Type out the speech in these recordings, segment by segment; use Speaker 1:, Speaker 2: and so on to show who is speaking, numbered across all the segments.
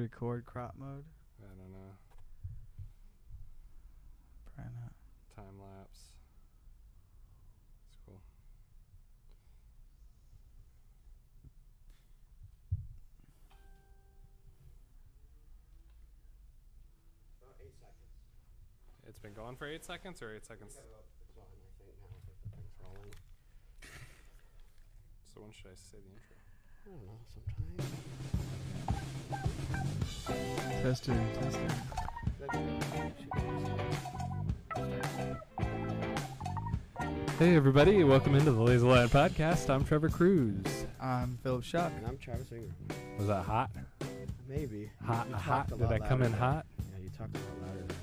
Speaker 1: record crop mode?
Speaker 2: I don't know.
Speaker 1: Probably not.
Speaker 2: Time lapse. It's cool.
Speaker 3: About eight seconds.
Speaker 2: It's been going for eight seconds or eight seconds.
Speaker 3: We gotta- It's on, I think, now that the thing's rolling.
Speaker 2: So when should I say the intro?
Speaker 3: I don't know, sometime.
Speaker 1: Testing, testing.
Speaker 2: Hey everybody, welcome into the Laser Lion Podcast. I'm Trevor Cruz.
Speaker 1: I'm Philip Shuck.
Speaker 3: And I'm Travis Ingram.
Speaker 2: Was that hot?
Speaker 3: Maybe.
Speaker 2: Hot,
Speaker 3: You
Speaker 2: hot.
Speaker 3: talked a
Speaker 2: Did I
Speaker 3: lot
Speaker 2: come in
Speaker 3: louder.
Speaker 2: hot? Oh.
Speaker 3: Yeah, you talked a lot louder.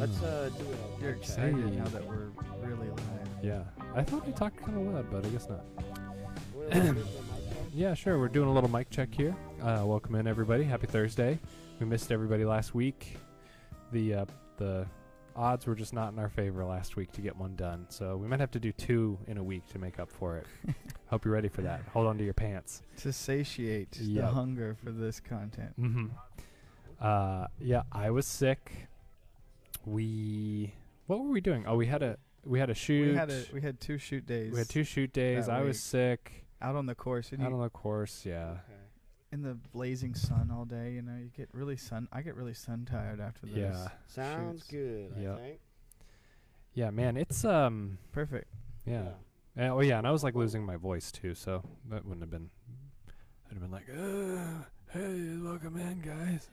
Speaker 3: Let's uh, do a
Speaker 1: You're
Speaker 3: mic check.
Speaker 1: excited
Speaker 2: Hey.
Speaker 1: now that we're really live.
Speaker 2: Yeah. I thought we talked kind of loud, but I guess not.
Speaker 3: Wanna do a mic check?
Speaker 2: Yeah, sure. We're doing a little mic check here. Uh, welcome in everybody. Happy Thursday. We missed everybody last week. The uh, the odds were just not in our favor last week to get one done. So we might have to do two in a week to make up for it. Hope you're ready for that. Hold on to your pants.
Speaker 1: To satiate the
Speaker 2: Yep.
Speaker 1: hunger for this content.
Speaker 2: Mm-hmm. Uh, yeah, I was sick. We what were we doing? Oh, we had a we had a shoot.
Speaker 1: We had a, we had two shoot days
Speaker 2: We had two shoot days.
Speaker 1: that
Speaker 2: I was
Speaker 1: week.
Speaker 2: sick.
Speaker 1: out on the course and
Speaker 2: Out
Speaker 1: you,
Speaker 2: on the course. Yeah.
Speaker 3: Okay.
Speaker 1: in the blazing sun all day. You know, you get really sun. I get really sun tired after this.
Speaker 2: Yeah.
Speaker 3: Sounds
Speaker 1: Shoots.
Speaker 3: good,
Speaker 2: Yep.
Speaker 3: I think.
Speaker 2: Yeah, man. It's um.
Speaker 1: Perfect.
Speaker 2: yeah. Yeah, oh yeah, and I was like losing my voice too, so that wouldn't have been. I'd have been like, uh, "Hey, welcome in, guys.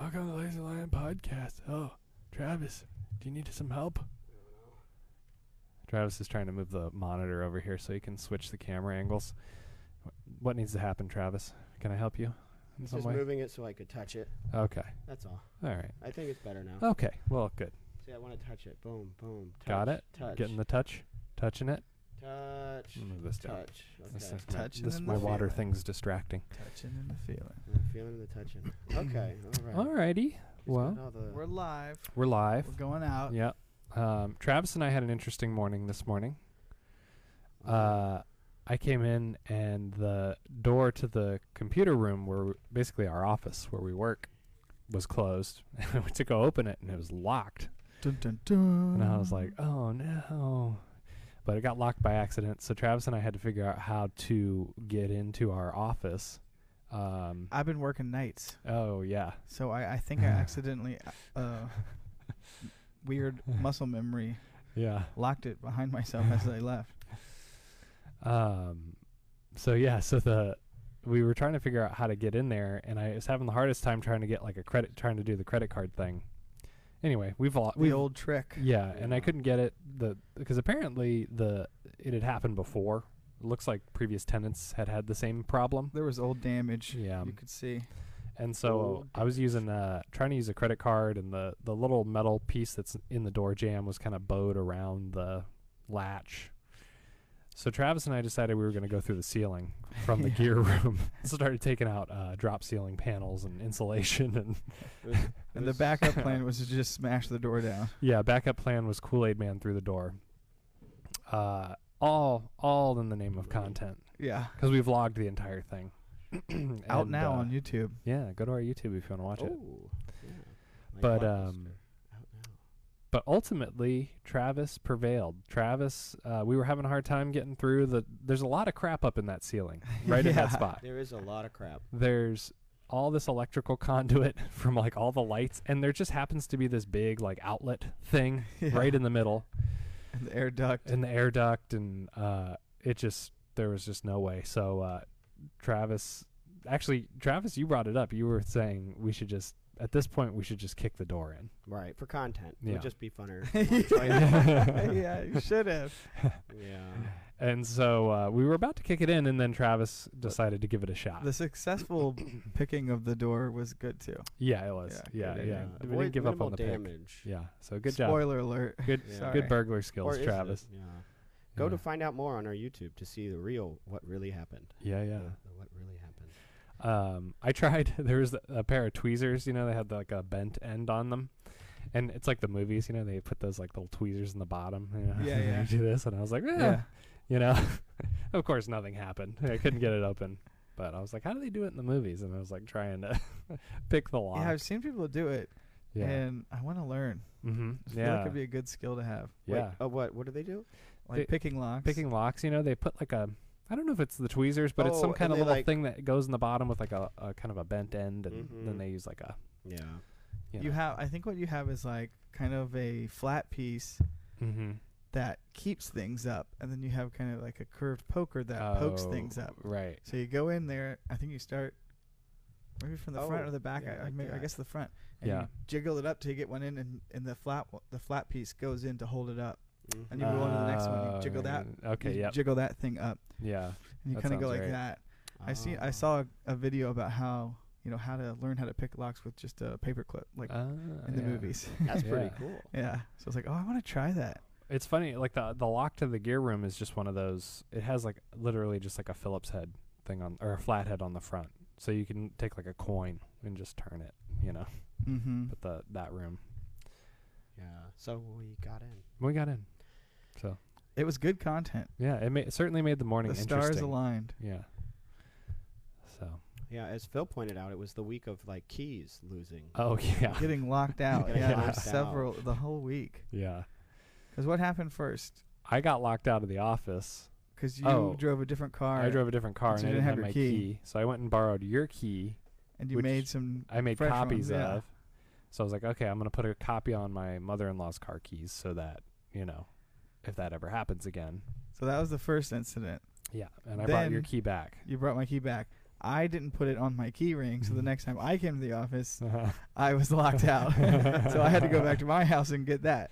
Speaker 2: Welcome to the Lazy Lion Podcast. Oh, Travis, do you need some help?" Travis is trying to move the monitor over here so he can switch the camera angles. Wh- What needs to happen, Travis? Can I help you in
Speaker 3: It's
Speaker 2: some
Speaker 3: just
Speaker 2: way?
Speaker 3: moving it so I could touch it.
Speaker 2: Okay.
Speaker 3: That's all.
Speaker 2: All right.
Speaker 3: I think it's better now.
Speaker 2: Okay. Well, good.
Speaker 3: See, I want to touch it. Boom, boom.
Speaker 2: Oh.
Speaker 3: Touch,
Speaker 2: Got it?
Speaker 3: Touch.
Speaker 2: Getting the touch, touching it.
Speaker 3: touch.
Speaker 2: Move this down.
Speaker 3: Touch.
Speaker 2: This
Speaker 3: Okay.
Speaker 2: is my,
Speaker 1: Touching
Speaker 2: this
Speaker 1: and
Speaker 2: my
Speaker 1: the
Speaker 2: water
Speaker 1: feeling.
Speaker 2: thing's distracting.
Speaker 1: Touching and the feeling.
Speaker 3: I'm feeling the touching. Okay. All right.
Speaker 2: All righty.
Speaker 3: Just got
Speaker 2: Well,
Speaker 3: all the-
Speaker 1: We're live.
Speaker 2: we're live.
Speaker 1: We're going out.
Speaker 2: Yeah. Um, Travis and I had an interesting morning this morning.
Speaker 3: all right.
Speaker 2: Uh, I came in and the door to the computer room, where w- basically our office where we work, was closed. And I went to go open it and it was locked.
Speaker 1: Dun, dun, dun.
Speaker 2: And I was like, oh no. But it got locked by accident. So Travis and I had to figure out how to get into our office. Um,
Speaker 1: I've been working nights.
Speaker 2: oh, yeah.
Speaker 1: So I, I think I accidentally, uh, weird muscle memory,
Speaker 2: Yeah.
Speaker 1: locked it behind myself as I left.
Speaker 2: Um, so yeah, so the we were trying to figure out how to get in there, and I was having the hardest time trying to get like a credit, trying to do the credit card thing. Anyway, we've all
Speaker 1: The
Speaker 2: we
Speaker 1: old trick.
Speaker 2: yeah, and I
Speaker 3: Yeah.
Speaker 2: couldn't get it the because apparently the it had happened before. It looks like previous tenants had had the same problem.
Speaker 1: There was old damage.
Speaker 2: Yeah,
Speaker 1: You could see.
Speaker 2: and so
Speaker 1: Oh,
Speaker 3: Old
Speaker 2: I was using uh trying to use a credit card, and the the little metal piece that's in the door jam was kind of bowed around the latch. So Travis and I decided we were going to go through the ceiling from the
Speaker 1: Yeah.
Speaker 2: gear room. Started taking out uh, drop ceiling panels and insulation, and
Speaker 3: It
Speaker 1: And
Speaker 3: was- it
Speaker 1: the
Speaker 3: was-
Speaker 1: backup plan was to just smash the door down.
Speaker 2: yeah, backup plan was Kool Aid Man through the door. Uh, all all in the name of content
Speaker 1: Yeah.
Speaker 2: because we vlogged the entire thing.
Speaker 1: Out
Speaker 2: And,
Speaker 1: now
Speaker 2: uh,
Speaker 1: on YouTube.
Speaker 2: yeah. Go to our YouTube if you want to watch it.
Speaker 3: Oh, yeah. Like
Speaker 2: But,
Speaker 3: blockbuster.
Speaker 2: um,
Speaker 3: Out now.
Speaker 2: but ultimately travis prevailed travis uh, we were having a hard time getting through the there's a lot of crap up in that ceiling right in that
Speaker 1: Yeah.
Speaker 2: spot
Speaker 3: there is a lot of crap.
Speaker 2: there's all this electrical conduit from like all the lights and there just happens to be this big like outlet thing
Speaker 1: Yeah.
Speaker 2: right in the middle
Speaker 1: And the air duct.
Speaker 2: in the air duct and uh, it just there was just no way so uh, travis actually travis you brought it up you were saying we should just at this point we should just kick the door in
Speaker 3: Right for content, it
Speaker 2: Yeah.
Speaker 3: would just be funner.
Speaker 1: yeah. you should have.
Speaker 3: yeah.
Speaker 2: And so uh, we were about to kick it in, and then Travis decided to give it a shot.
Speaker 1: The successful picking of the door was good too.
Speaker 2: yeah, it was.
Speaker 1: Yeah,
Speaker 2: Yeah, yeah.
Speaker 1: good idea.
Speaker 2: We
Speaker 3: Avoid
Speaker 2: didn't give up
Speaker 3: minimal
Speaker 2: on the pick.
Speaker 3: uh, damage.
Speaker 2: Yeah. So good job.
Speaker 1: Spoiler alert.
Speaker 2: Good,
Speaker 3: Yeah.
Speaker 1: Sorry.
Speaker 2: good burglar skills,
Speaker 3: Or is it?
Speaker 2: Travis.
Speaker 3: Yeah. Go
Speaker 2: Yeah.
Speaker 3: to find out more on our YouTube to see the real what really happened.
Speaker 2: Yeah, yeah.
Speaker 3: The- the what really happened.
Speaker 2: Um, I tried. There was a pair of tweezers. You know, they had like a bent end on them, and it's like the movies. You know, they put those like little tweezers in the bottom. You know,
Speaker 1: Yeah,
Speaker 2: and
Speaker 1: yeah.
Speaker 2: they do this, and I was like, yeah.
Speaker 1: Yeah.
Speaker 2: You know, of course, nothing happened. I couldn't get it open. But I was like, how do they do it in the movies? And I was like trying to pick the lock.
Speaker 1: Yeah, I've seen people do it,
Speaker 2: yeah.
Speaker 1: and I want to learn.
Speaker 2: mm-hmm.
Speaker 1: I feel like
Speaker 2: yeah.
Speaker 1: it'd be a good skill to have,
Speaker 2: yeah.
Speaker 3: Oh, what? What do they do?
Speaker 1: like
Speaker 2: Pick-
Speaker 1: picking locks.
Speaker 2: Picking locks, you know, they put like a I don't know if it's the tweezers, but it's some
Speaker 3: Oh,
Speaker 2: kind
Speaker 3: and
Speaker 2: of
Speaker 3: they,
Speaker 2: little
Speaker 3: like-
Speaker 2: thing that goes in the bottom with like a, a kind of a bent end, and then
Speaker 3: Mhm.
Speaker 2: they use like a
Speaker 3: Yeah.
Speaker 2: you,
Speaker 1: Mm-hmm. You
Speaker 2: know.
Speaker 1: have. I think what you have is like kind of a flat piece
Speaker 2: mm-hmm.
Speaker 1: that keeps things up, and then you have kind of like a curved poker that
Speaker 2: Oh,
Speaker 1: pokes things up.
Speaker 2: Right.
Speaker 1: So you go in there. I think you start maybe from the front
Speaker 3: Oh,
Speaker 1: or the back.
Speaker 3: yeah,
Speaker 1: I, I
Speaker 3: like
Speaker 1: may- I
Speaker 3: that.
Speaker 1: guess the front. And
Speaker 2: Yeah.
Speaker 1: You jiggle it up till you get one in, and, and the flat w- the flat piece goes in to hold it up. And you
Speaker 3: Mhm.
Speaker 1: move on to the next one, you
Speaker 2: Oh,
Speaker 1: jiggle that,
Speaker 2: Okay.
Speaker 1: You
Speaker 2: Yep.
Speaker 1: Jiggle that thing up,
Speaker 2: yeah.
Speaker 1: and you
Speaker 2: That
Speaker 1: kind of go
Speaker 2: sounds
Speaker 1: like
Speaker 2: right.
Speaker 1: that. I see. I
Speaker 3: Ah.
Speaker 1: saw a, a video about how you know how to learn how to pick locks with just a paper clip, like
Speaker 2: Ah,
Speaker 1: in the
Speaker 2: yeah.
Speaker 1: movies.
Speaker 3: That's pretty
Speaker 2: Yeah.
Speaker 3: cool.
Speaker 1: yeah. So I was like, oh, I want to try that.
Speaker 2: It's funny, like the the lock to the gear room is just one of those. It has like literally just like a Phillips head thing on or a flat head on the front, so you can take like a coin and just turn it. You know,
Speaker 1: Mm-hmm.
Speaker 2: but the that room
Speaker 3: Yeah. So we got in.
Speaker 2: we got in. So
Speaker 1: It was good content.
Speaker 2: yeah, it, ma- it certainly made the morning
Speaker 1: The
Speaker 2: interesting.
Speaker 1: stars aligned.
Speaker 2: Yeah. So.
Speaker 3: Yeah, as Phil pointed out, it was the week of like keys losing.
Speaker 1: Uh,
Speaker 2: Oh yeah.
Speaker 1: Getting locked out.
Speaker 3: Getting
Speaker 1: yeah, there
Speaker 2: locked
Speaker 1: were
Speaker 3: out.
Speaker 1: several the whole week.
Speaker 2: Yeah.
Speaker 1: Because what happened first?
Speaker 2: I got locked out of the office.
Speaker 1: Because you
Speaker 2: Oh.
Speaker 1: drove a different car.
Speaker 2: I drove a different car
Speaker 1: So
Speaker 2: and I
Speaker 1: you
Speaker 2: didn't have,
Speaker 1: didn't
Speaker 2: my
Speaker 1: have
Speaker 2: key.
Speaker 1: your key.
Speaker 2: so I went and borrowed your key.
Speaker 1: and you
Speaker 2: which-
Speaker 1: made some.
Speaker 2: I made
Speaker 1: Fresh ones,
Speaker 2: copies
Speaker 1: yeah.
Speaker 2: of. So I was like, okay, I'm gonna put a copy on my mother-in-law's car keys so that you know if that ever happens again.
Speaker 1: So that was the first incident.
Speaker 2: Yeah, and I brought your
Speaker 1: Then-
Speaker 2: key back.
Speaker 1: You brought my key back. I didn't put it on my key ring, so the next time I came to the office, I was locked out. so I had to go back to my house and get that.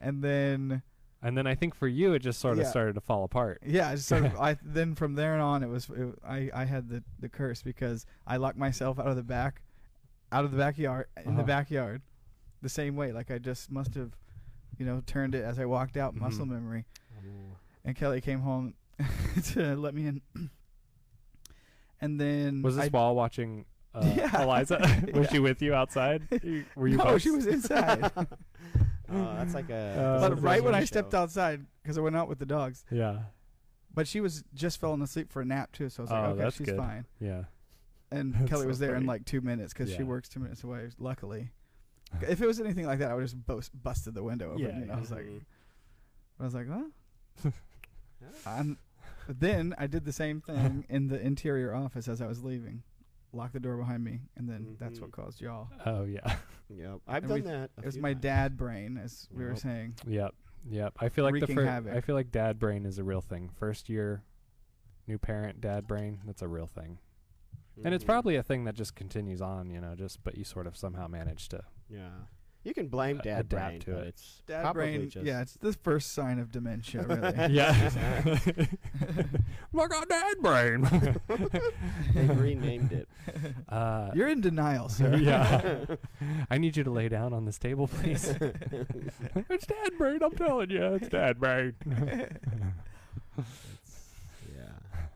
Speaker 1: And then
Speaker 2: and then I think for you, it just sort of
Speaker 1: Yeah.
Speaker 2: started to fall apart.
Speaker 1: yeah, I just sort of, I then from there on it was it, I I had the the curse because I locked myself out of the back, out of the backyard in
Speaker 2: Uh-huh.
Speaker 1: the backyard, the same way. Like I just must have, you know, turned it as I walked out, muscle
Speaker 2: Mhm.
Speaker 1: memory. And Kelly came home to let me in. And then
Speaker 2: Was this
Speaker 1: I,
Speaker 2: while watching uh,
Speaker 1: Yeah.
Speaker 2: Eliza? was she with you outside? You- Were you?
Speaker 1: no,
Speaker 2: both-
Speaker 1: she was inside.
Speaker 3: Oh, Uh, that's like
Speaker 2: Uh,
Speaker 3: a.
Speaker 1: but right when I
Speaker 3: show.
Speaker 1: stepped outside, because I went out with the dogs,
Speaker 2: Yeah,
Speaker 1: But she was just falling asleep for a nap too, so I was like,
Speaker 2: Oh,
Speaker 1: okay,
Speaker 2: that's
Speaker 1: she's
Speaker 2: good.
Speaker 1: fine.
Speaker 2: yeah.
Speaker 1: And
Speaker 2: That's
Speaker 1: Kelly
Speaker 2: so
Speaker 1: was there in
Speaker 2: funny.
Speaker 1: like two minutes because
Speaker 2: Yeah.
Speaker 1: she works two minutes away. Luckily, if it was anything like that, I would just bust, busted the window open.
Speaker 2: Yeah,
Speaker 1: you know? I was like,
Speaker 3: Mhm.
Speaker 1: I was like, well. I'm, but then I did the same thing in the interior office as I was leaving, locked the door behind me, and then that's what
Speaker 3: Mhm.
Speaker 1: caused y'all.
Speaker 2: Oh yeah,
Speaker 3: Yep. I've
Speaker 1: And
Speaker 3: done
Speaker 1: we-
Speaker 3: that. a
Speaker 1: It was
Speaker 3: few
Speaker 1: my
Speaker 3: times.
Speaker 1: dad brain, as we were
Speaker 3: Nope.
Speaker 1: saying.
Speaker 2: yep, yep. I feel like the
Speaker 1: Wreaking
Speaker 2: fir-
Speaker 1: havoc.
Speaker 2: I feel like dad brain is a real thing. First year, new parent, dad brain. That's a real thing. And it's
Speaker 3: Mhm.
Speaker 2: probably a thing that just continues on, you know, just but you sort of somehow manage to.
Speaker 3: Mm-hmm. Yeah. You can blame
Speaker 2: A-
Speaker 3: dad
Speaker 2: adapt
Speaker 3: brain,
Speaker 2: to
Speaker 3: but
Speaker 2: it.
Speaker 3: It's
Speaker 1: Dad
Speaker 3: probably
Speaker 1: brain,
Speaker 3: Just
Speaker 1: yeah, it's the first sign of dementia, really.
Speaker 2: Yeah. Look at dad brain.
Speaker 3: they renamed it.
Speaker 2: Uh,
Speaker 1: You're in denial, sir.
Speaker 2: yeah. I need you to lay down on this table, please. it's dad brain, I'm telling you. It's dad brain.
Speaker 3: Yeah.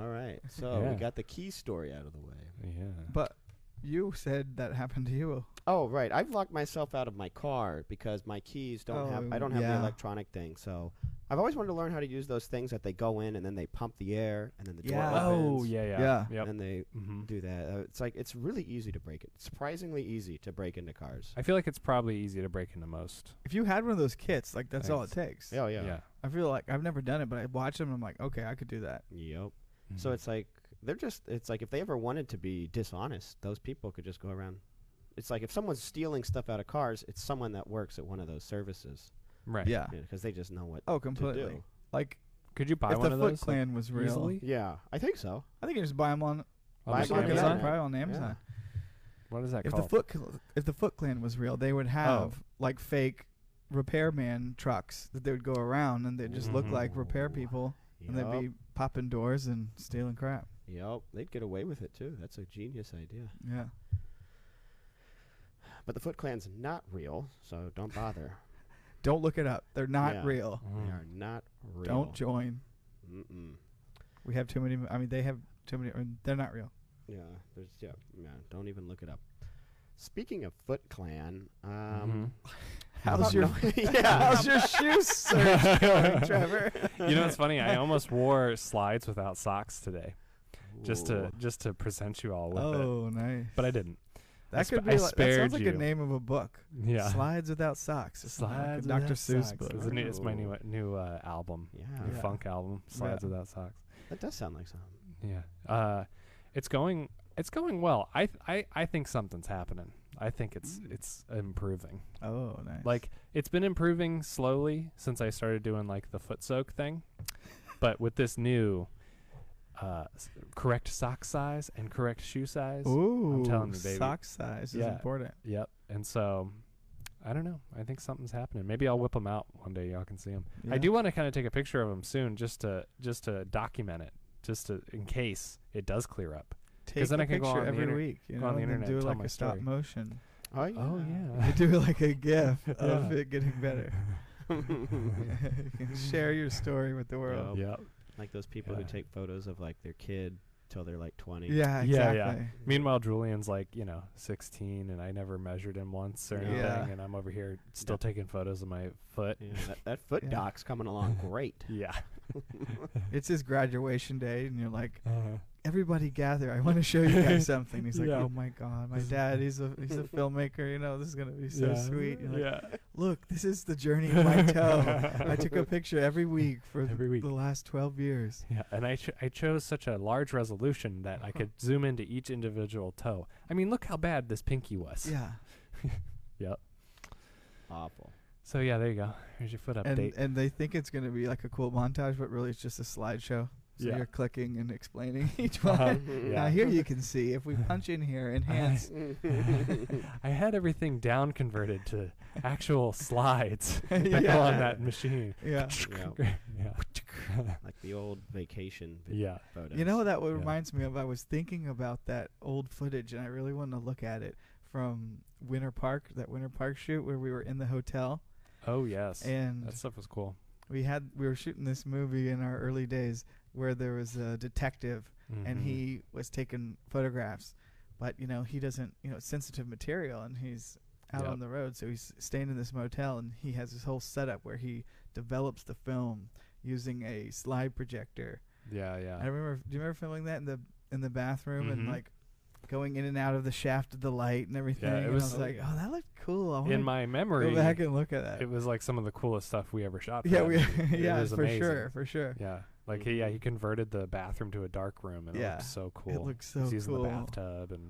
Speaker 3: All right. So
Speaker 2: Yeah.
Speaker 3: we got the key story out of the way.
Speaker 2: yeah.
Speaker 1: But you said that happened to you.
Speaker 3: Oh right, I've locked myself out of my car because my keys don't have. I
Speaker 1: Oh,
Speaker 3: don't have
Speaker 1: yeah.
Speaker 3: the electronic thing, so I've always wanted to learn how to use those things that they go in and then they pump the air and then the
Speaker 1: Yeah.
Speaker 3: door opens.
Speaker 2: Oh, yeah, yeah.
Speaker 1: Yeah.
Speaker 2: Yep.
Speaker 3: And they
Speaker 2: hmm
Speaker 3: do that. Uh, it's like it's really easy to break it. Surprisingly easy to break into cars.
Speaker 2: I feel like it's probably easy to break into most.
Speaker 1: If you had one of those kits, like that's all it takes.
Speaker 3: Oh
Speaker 2: Yeah.
Speaker 3: yeah.
Speaker 1: I feel like I've never done it, but I watch them. I'm like, okay, I could do that.
Speaker 3: Yep. So
Speaker 2: Mhm.
Speaker 3: it's like they're just. It's like if they ever wanted to be dishonest, those people could just go around. It's like if someone's stealing stuff out of cars, it's someone that works at one of those services
Speaker 2: right.
Speaker 1: Yeah.
Speaker 3: because they just know what
Speaker 1: Ah. Oh,
Speaker 3: to
Speaker 1: completely.
Speaker 3: do.
Speaker 1: Like
Speaker 2: Could you buy
Speaker 1: if
Speaker 2: one
Speaker 1: the
Speaker 2: of
Speaker 1: Foot
Speaker 2: those like,
Speaker 1: Clan was real,
Speaker 2: easily?
Speaker 3: Yeah, I think so.
Speaker 1: I think you just buy them on
Speaker 2: On
Speaker 3: Like
Speaker 2: the
Speaker 1: Amazon.
Speaker 3: on Amazon?
Speaker 1: probably on Amazon.
Speaker 2: What is that
Speaker 1: If the
Speaker 2: called?
Speaker 1: Foot Cl- if the Foot Clan was real, they would have like fake repairman trucks that they would go around and they'd just look like repair
Speaker 3: Ooh.
Speaker 1: people
Speaker 3: Yep.
Speaker 1: and they'd be popping doors and stealing crap.
Speaker 3: Yep, they'd get away with it too. That's a genius idea.
Speaker 1: Yeah.
Speaker 3: But the Foot Clan's not real, so don't bother.
Speaker 1: Don't look it up. They're not
Speaker 3: Yeah.
Speaker 1: real.
Speaker 3: they
Speaker 2: Mm.
Speaker 3: are not real.
Speaker 1: Don't join.
Speaker 3: Mm-mm.
Speaker 1: We have too many. I mean, they have too many. I mean, they're not real.
Speaker 3: Yeah, there's yeah, yeah. Don't even look it up. Speaking of Foot Clan,
Speaker 2: Mhm.
Speaker 3: um,
Speaker 1: How's your
Speaker 3: yeah?
Speaker 1: How's your shoe search going, Trevor?
Speaker 2: You know, it's funny. I almost wore slides without socks today. just to just to present you all with it.
Speaker 1: Oh, nice.
Speaker 2: But I didn't. I
Speaker 1: That
Speaker 2: sp-
Speaker 1: could
Speaker 2: I
Speaker 1: be. Like, that
Speaker 2: spared
Speaker 1: sounds like
Speaker 2: you.
Speaker 1: a name of a book.
Speaker 2: Yeah.
Speaker 1: Slides without socks. or something like a
Speaker 2: Slides
Speaker 1: Dr.
Speaker 2: Without
Speaker 1: Seuss
Speaker 2: Socks.
Speaker 1: book.
Speaker 2: It's, a new, it's my
Speaker 3: Ooh.
Speaker 2: new uh, new uh, album,
Speaker 3: Yeah.
Speaker 2: new
Speaker 1: Yeah.
Speaker 2: funk album. Slides
Speaker 1: Yeah.
Speaker 2: without socks.
Speaker 3: That does sound like something.
Speaker 2: Yeah. Uh, it's going it's going well. I th- I I think something's happening. I think it's
Speaker 1: Mm.
Speaker 2: it's improving.
Speaker 1: Oh, nice.
Speaker 2: Like it's been improving slowly since I started doing like the foot soak thing, but with this new uh, s- correct sock size and correct shoe size.
Speaker 1: ooh,
Speaker 2: telling you, baby.
Speaker 1: sock size is
Speaker 2: Yeah.
Speaker 1: important.
Speaker 2: Yep. And so I don't know. I think something's happening. Maybe I'll whip them out one day. Y'all can see them. I
Speaker 1: Yeah.
Speaker 2: do want to kind of take a picture of them soon, just to just to document it, just to in case it does clear up.
Speaker 1: Take
Speaker 2: then
Speaker 1: a
Speaker 2: I can go
Speaker 1: picture
Speaker 2: on the
Speaker 1: every
Speaker 2: inter-
Speaker 1: week. You
Speaker 2: go on
Speaker 1: know,
Speaker 2: the
Speaker 1: and then
Speaker 2: internet,
Speaker 1: do it
Speaker 2: tell
Speaker 1: like
Speaker 2: my
Speaker 1: a stop
Speaker 2: story.
Speaker 1: motion.
Speaker 3: Oh yeah.
Speaker 2: Oh
Speaker 1: You
Speaker 2: yeah.
Speaker 1: do like a GIF of
Speaker 2: Yeah.
Speaker 1: it getting better. You can Share your story with the world.
Speaker 3: Yep.
Speaker 2: yep.
Speaker 3: Like those people who
Speaker 2: Yeah.
Speaker 3: take photos of like their kid till they're like 20.
Speaker 1: Yeah,
Speaker 2: Yeah,
Speaker 1: exactly.
Speaker 2: yeah. Meanwhile, Julian's like, you know, 16, and I never measured him once or anything,
Speaker 1: Yeah.
Speaker 2: and I'm over here still taking photos of my foot.
Speaker 3: Yeah, that, that foot
Speaker 1: Yeah.
Speaker 3: doc's coming along great.
Speaker 2: Yeah.
Speaker 1: It's his graduation day, and you're like, everybody gather. I want to show you guys something. He's like,
Speaker 2: Yeah.
Speaker 1: oh my god, my
Speaker 2: This-
Speaker 1: dad. He's a he's a filmmaker. You know, this is gonna be so
Speaker 2: Yeah.
Speaker 1: sweet. You're like,
Speaker 2: yeah.
Speaker 1: Look, this is the journey of my toe. I took a picture every week for th-
Speaker 2: Every week.
Speaker 1: the last 12 years.
Speaker 2: Yeah, and I, ch- I chose such a large resolution that I could zoom into each individual toe. I mean, look how bad this pinky was.
Speaker 1: Yeah.
Speaker 3: Awful.
Speaker 2: So yeah, there you go. Here's your foot
Speaker 1: And
Speaker 2: update.
Speaker 1: and they think it's going to be like a cool montage, but really it's just a slideshow. So
Speaker 2: Yeah.
Speaker 1: you're clicking and explaining each one.
Speaker 2: Uh,
Speaker 1: Now
Speaker 2: yeah.
Speaker 1: here you can see if we punch in here enhance.
Speaker 2: I had everything down converted to actual slides that go on
Speaker 1: Yeah.
Speaker 2: that machine.
Speaker 1: yeah.
Speaker 3: Yeah,
Speaker 2: Yeah.
Speaker 3: like the old vacation vi-
Speaker 2: yeah.
Speaker 3: photos.
Speaker 1: You know what that what
Speaker 2: Yeah.
Speaker 1: reminds me of? I was thinking about that old footage and I really wanted to look at it from Winter Park, that Winter Park shoot where we were in the hotel
Speaker 2: Oh yes.
Speaker 1: and
Speaker 2: that stuff was cool.
Speaker 1: we had we were shooting this movie in our early days where there was a detective and
Speaker 2: Mhm.
Speaker 1: he was taking photographs but you know he doesn't you know it's sensitive material and he's out
Speaker 2: Yep.
Speaker 1: on the road so he's staying in this motel and he has this whole setup where he develops the film using a slide projector
Speaker 2: Yeah, yeah.
Speaker 1: i remember do you remember filming that in the in the bathroom
Speaker 2: Mhm.
Speaker 1: and like going in and out of the shaft of the light and everything
Speaker 2: it
Speaker 1: and
Speaker 2: was-
Speaker 1: i was like oh that looked cool i
Speaker 2: in
Speaker 1: want
Speaker 2: my
Speaker 1: to
Speaker 2: memory,
Speaker 1: go back and look at that
Speaker 2: it was like some of the coolest stuff we ever shot. for
Speaker 1: yeah
Speaker 2: that
Speaker 1: we
Speaker 2: movie. It
Speaker 1: yeah
Speaker 2: was
Speaker 1: for
Speaker 2: amazing.
Speaker 1: sure for sure
Speaker 2: Yeah, like he, yeah,
Speaker 3: Mhm.
Speaker 2: he converted the bathroom to a dark room, and it
Speaker 1: Yeah,
Speaker 2: looked so cool.
Speaker 1: it looks so
Speaker 2: He's using
Speaker 1: cool
Speaker 2: the bathtub and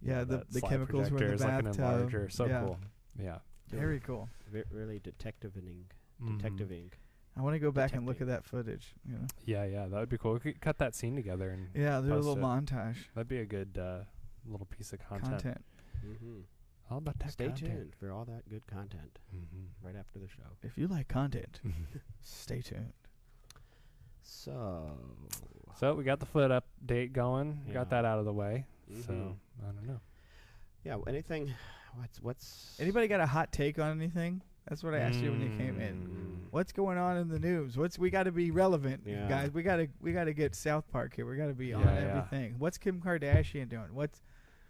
Speaker 2: you
Speaker 1: Yeah,
Speaker 2: know,
Speaker 1: the-
Speaker 2: that
Speaker 1: the
Speaker 2: slide
Speaker 1: chemicals were in the
Speaker 2: projector is, like an
Speaker 1: bathtub.
Speaker 2: enlarger. So
Speaker 1: Yeah.
Speaker 2: cool. Yeah.
Speaker 1: very cool
Speaker 3: Ve- really detectiving,
Speaker 2: Mhm.
Speaker 3: detectiving.
Speaker 1: i want to go back and look at that
Speaker 3: Detecting.
Speaker 1: footage you know
Speaker 2: Mm-hmm. Yeah, yeah, that would be cool. We could cut that scene together, and
Speaker 1: yeah do a
Speaker 2: Post
Speaker 1: little
Speaker 2: it.
Speaker 1: montage
Speaker 2: that'd be a good uh, little piece of content.
Speaker 1: content.
Speaker 3: Mm-hmm.
Speaker 2: All about that
Speaker 3: Stay
Speaker 2: content.
Speaker 3: tuned for all that good content
Speaker 2: Mhm.
Speaker 3: right after the show.
Speaker 1: If you like content,
Speaker 2: Mm-hmm.
Speaker 1: stay tuned.
Speaker 3: So,
Speaker 2: So we got the foot update going.
Speaker 3: Yeah.
Speaker 2: Got that out of the way. So
Speaker 3: Mhm.
Speaker 2: I don't know.
Speaker 3: yeah, w- anything? What's what's
Speaker 1: Anybody got a hot take on anything? That's what I asked you when you came in.
Speaker 2: Mm.
Speaker 1: What's going on in the news? What's we got to be relevant,
Speaker 3: Yeah.
Speaker 1: guys. We got to we got to get South Park here. We got to be on
Speaker 2: Yeah, yeah.
Speaker 1: everything. What's Kim Kardashian doing? What's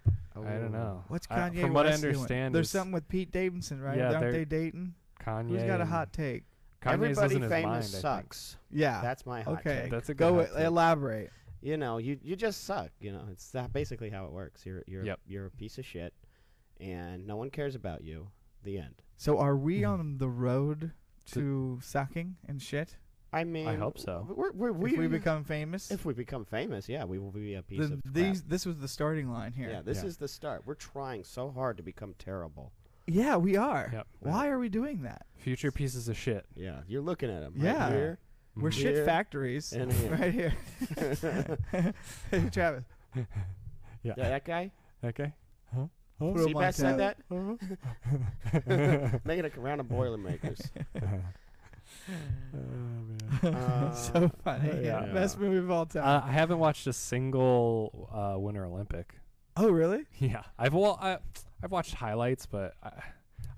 Speaker 2: I
Speaker 3: Oh,
Speaker 2: don't know.
Speaker 1: what's
Speaker 2: I-
Speaker 1: Kanye
Speaker 2: from what I
Speaker 1: West doing?
Speaker 2: understand,
Speaker 1: There's
Speaker 2: is
Speaker 1: something with Pete Davidson, right?
Speaker 2: Yeah,
Speaker 1: Aren't
Speaker 2: they're-
Speaker 1: they dating?
Speaker 2: Kanye.
Speaker 1: Who's got a
Speaker 2: and-
Speaker 1: hot take?
Speaker 2: Kanye's
Speaker 3: Everybody
Speaker 2: losing his mind,
Speaker 3: famous
Speaker 2: I think.
Speaker 3: sucks.
Speaker 1: Yeah.
Speaker 3: That's my hot
Speaker 1: Ah, okay.
Speaker 3: take.
Speaker 2: That's a good
Speaker 1: Go
Speaker 2: hot
Speaker 1: it-
Speaker 2: take.
Speaker 1: elaborate.
Speaker 3: you know, you you just suck. You know, it's that basically how it works. You're you're
Speaker 2: Yep.
Speaker 3: you're a piece of shit, and no one cares about you. The end.
Speaker 1: So are we
Speaker 2: Mhm.
Speaker 1: on the road to sucking and shit?
Speaker 3: I mean,
Speaker 2: hope so.
Speaker 3: w- We're, we're, we
Speaker 1: if we become famous,
Speaker 3: if we become famous, yeah, we will be a piece
Speaker 1: the,
Speaker 3: of crap.
Speaker 1: these this was the starting line here.
Speaker 3: Yeah, this
Speaker 2: Yeah.
Speaker 3: is the start. We're trying so hard to become terrible.
Speaker 1: Yeah, we are.
Speaker 2: Yep.
Speaker 1: Why are we doing that?
Speaker 2: Future pieces of shit.
Speaker 3: Yeah, you're looking at them.
Speaker 1: Yeah.
Speaker 3: right here.
Speaker 1: We're
Speaker 2: Mhm.
Speaker 1: shit
Speaker 3: Here
Speaker 1: factories
Speaker 3: and here.
Speaker 1: right here. hey, Travis,
Speaker 2: Yeah.
Speaker 3: Yeah, that guy.
Speaker 2: Okay.
Speaker 1: Put
Speaker 3: See,
Speaker 1: 'em on
Speaker 3: Pat said
Speaker 1: tap.
Speaker 3: that.
Speaker 2: Uh,
Speaker 3: Making a round of Boilermakers. Uh,
Speaker 1: so funny. yeah.
Speaker 2: yeah.
Speaker 1: Best movie of all
Speaker 2: Uh,
Speaker 1: time.
Speaker 2: I haven't watched a single uh, Winter Olympic.
Speaker 1: oh, really?
Speaker 2: Yeah, I've well, I, I've watched highlights, but I,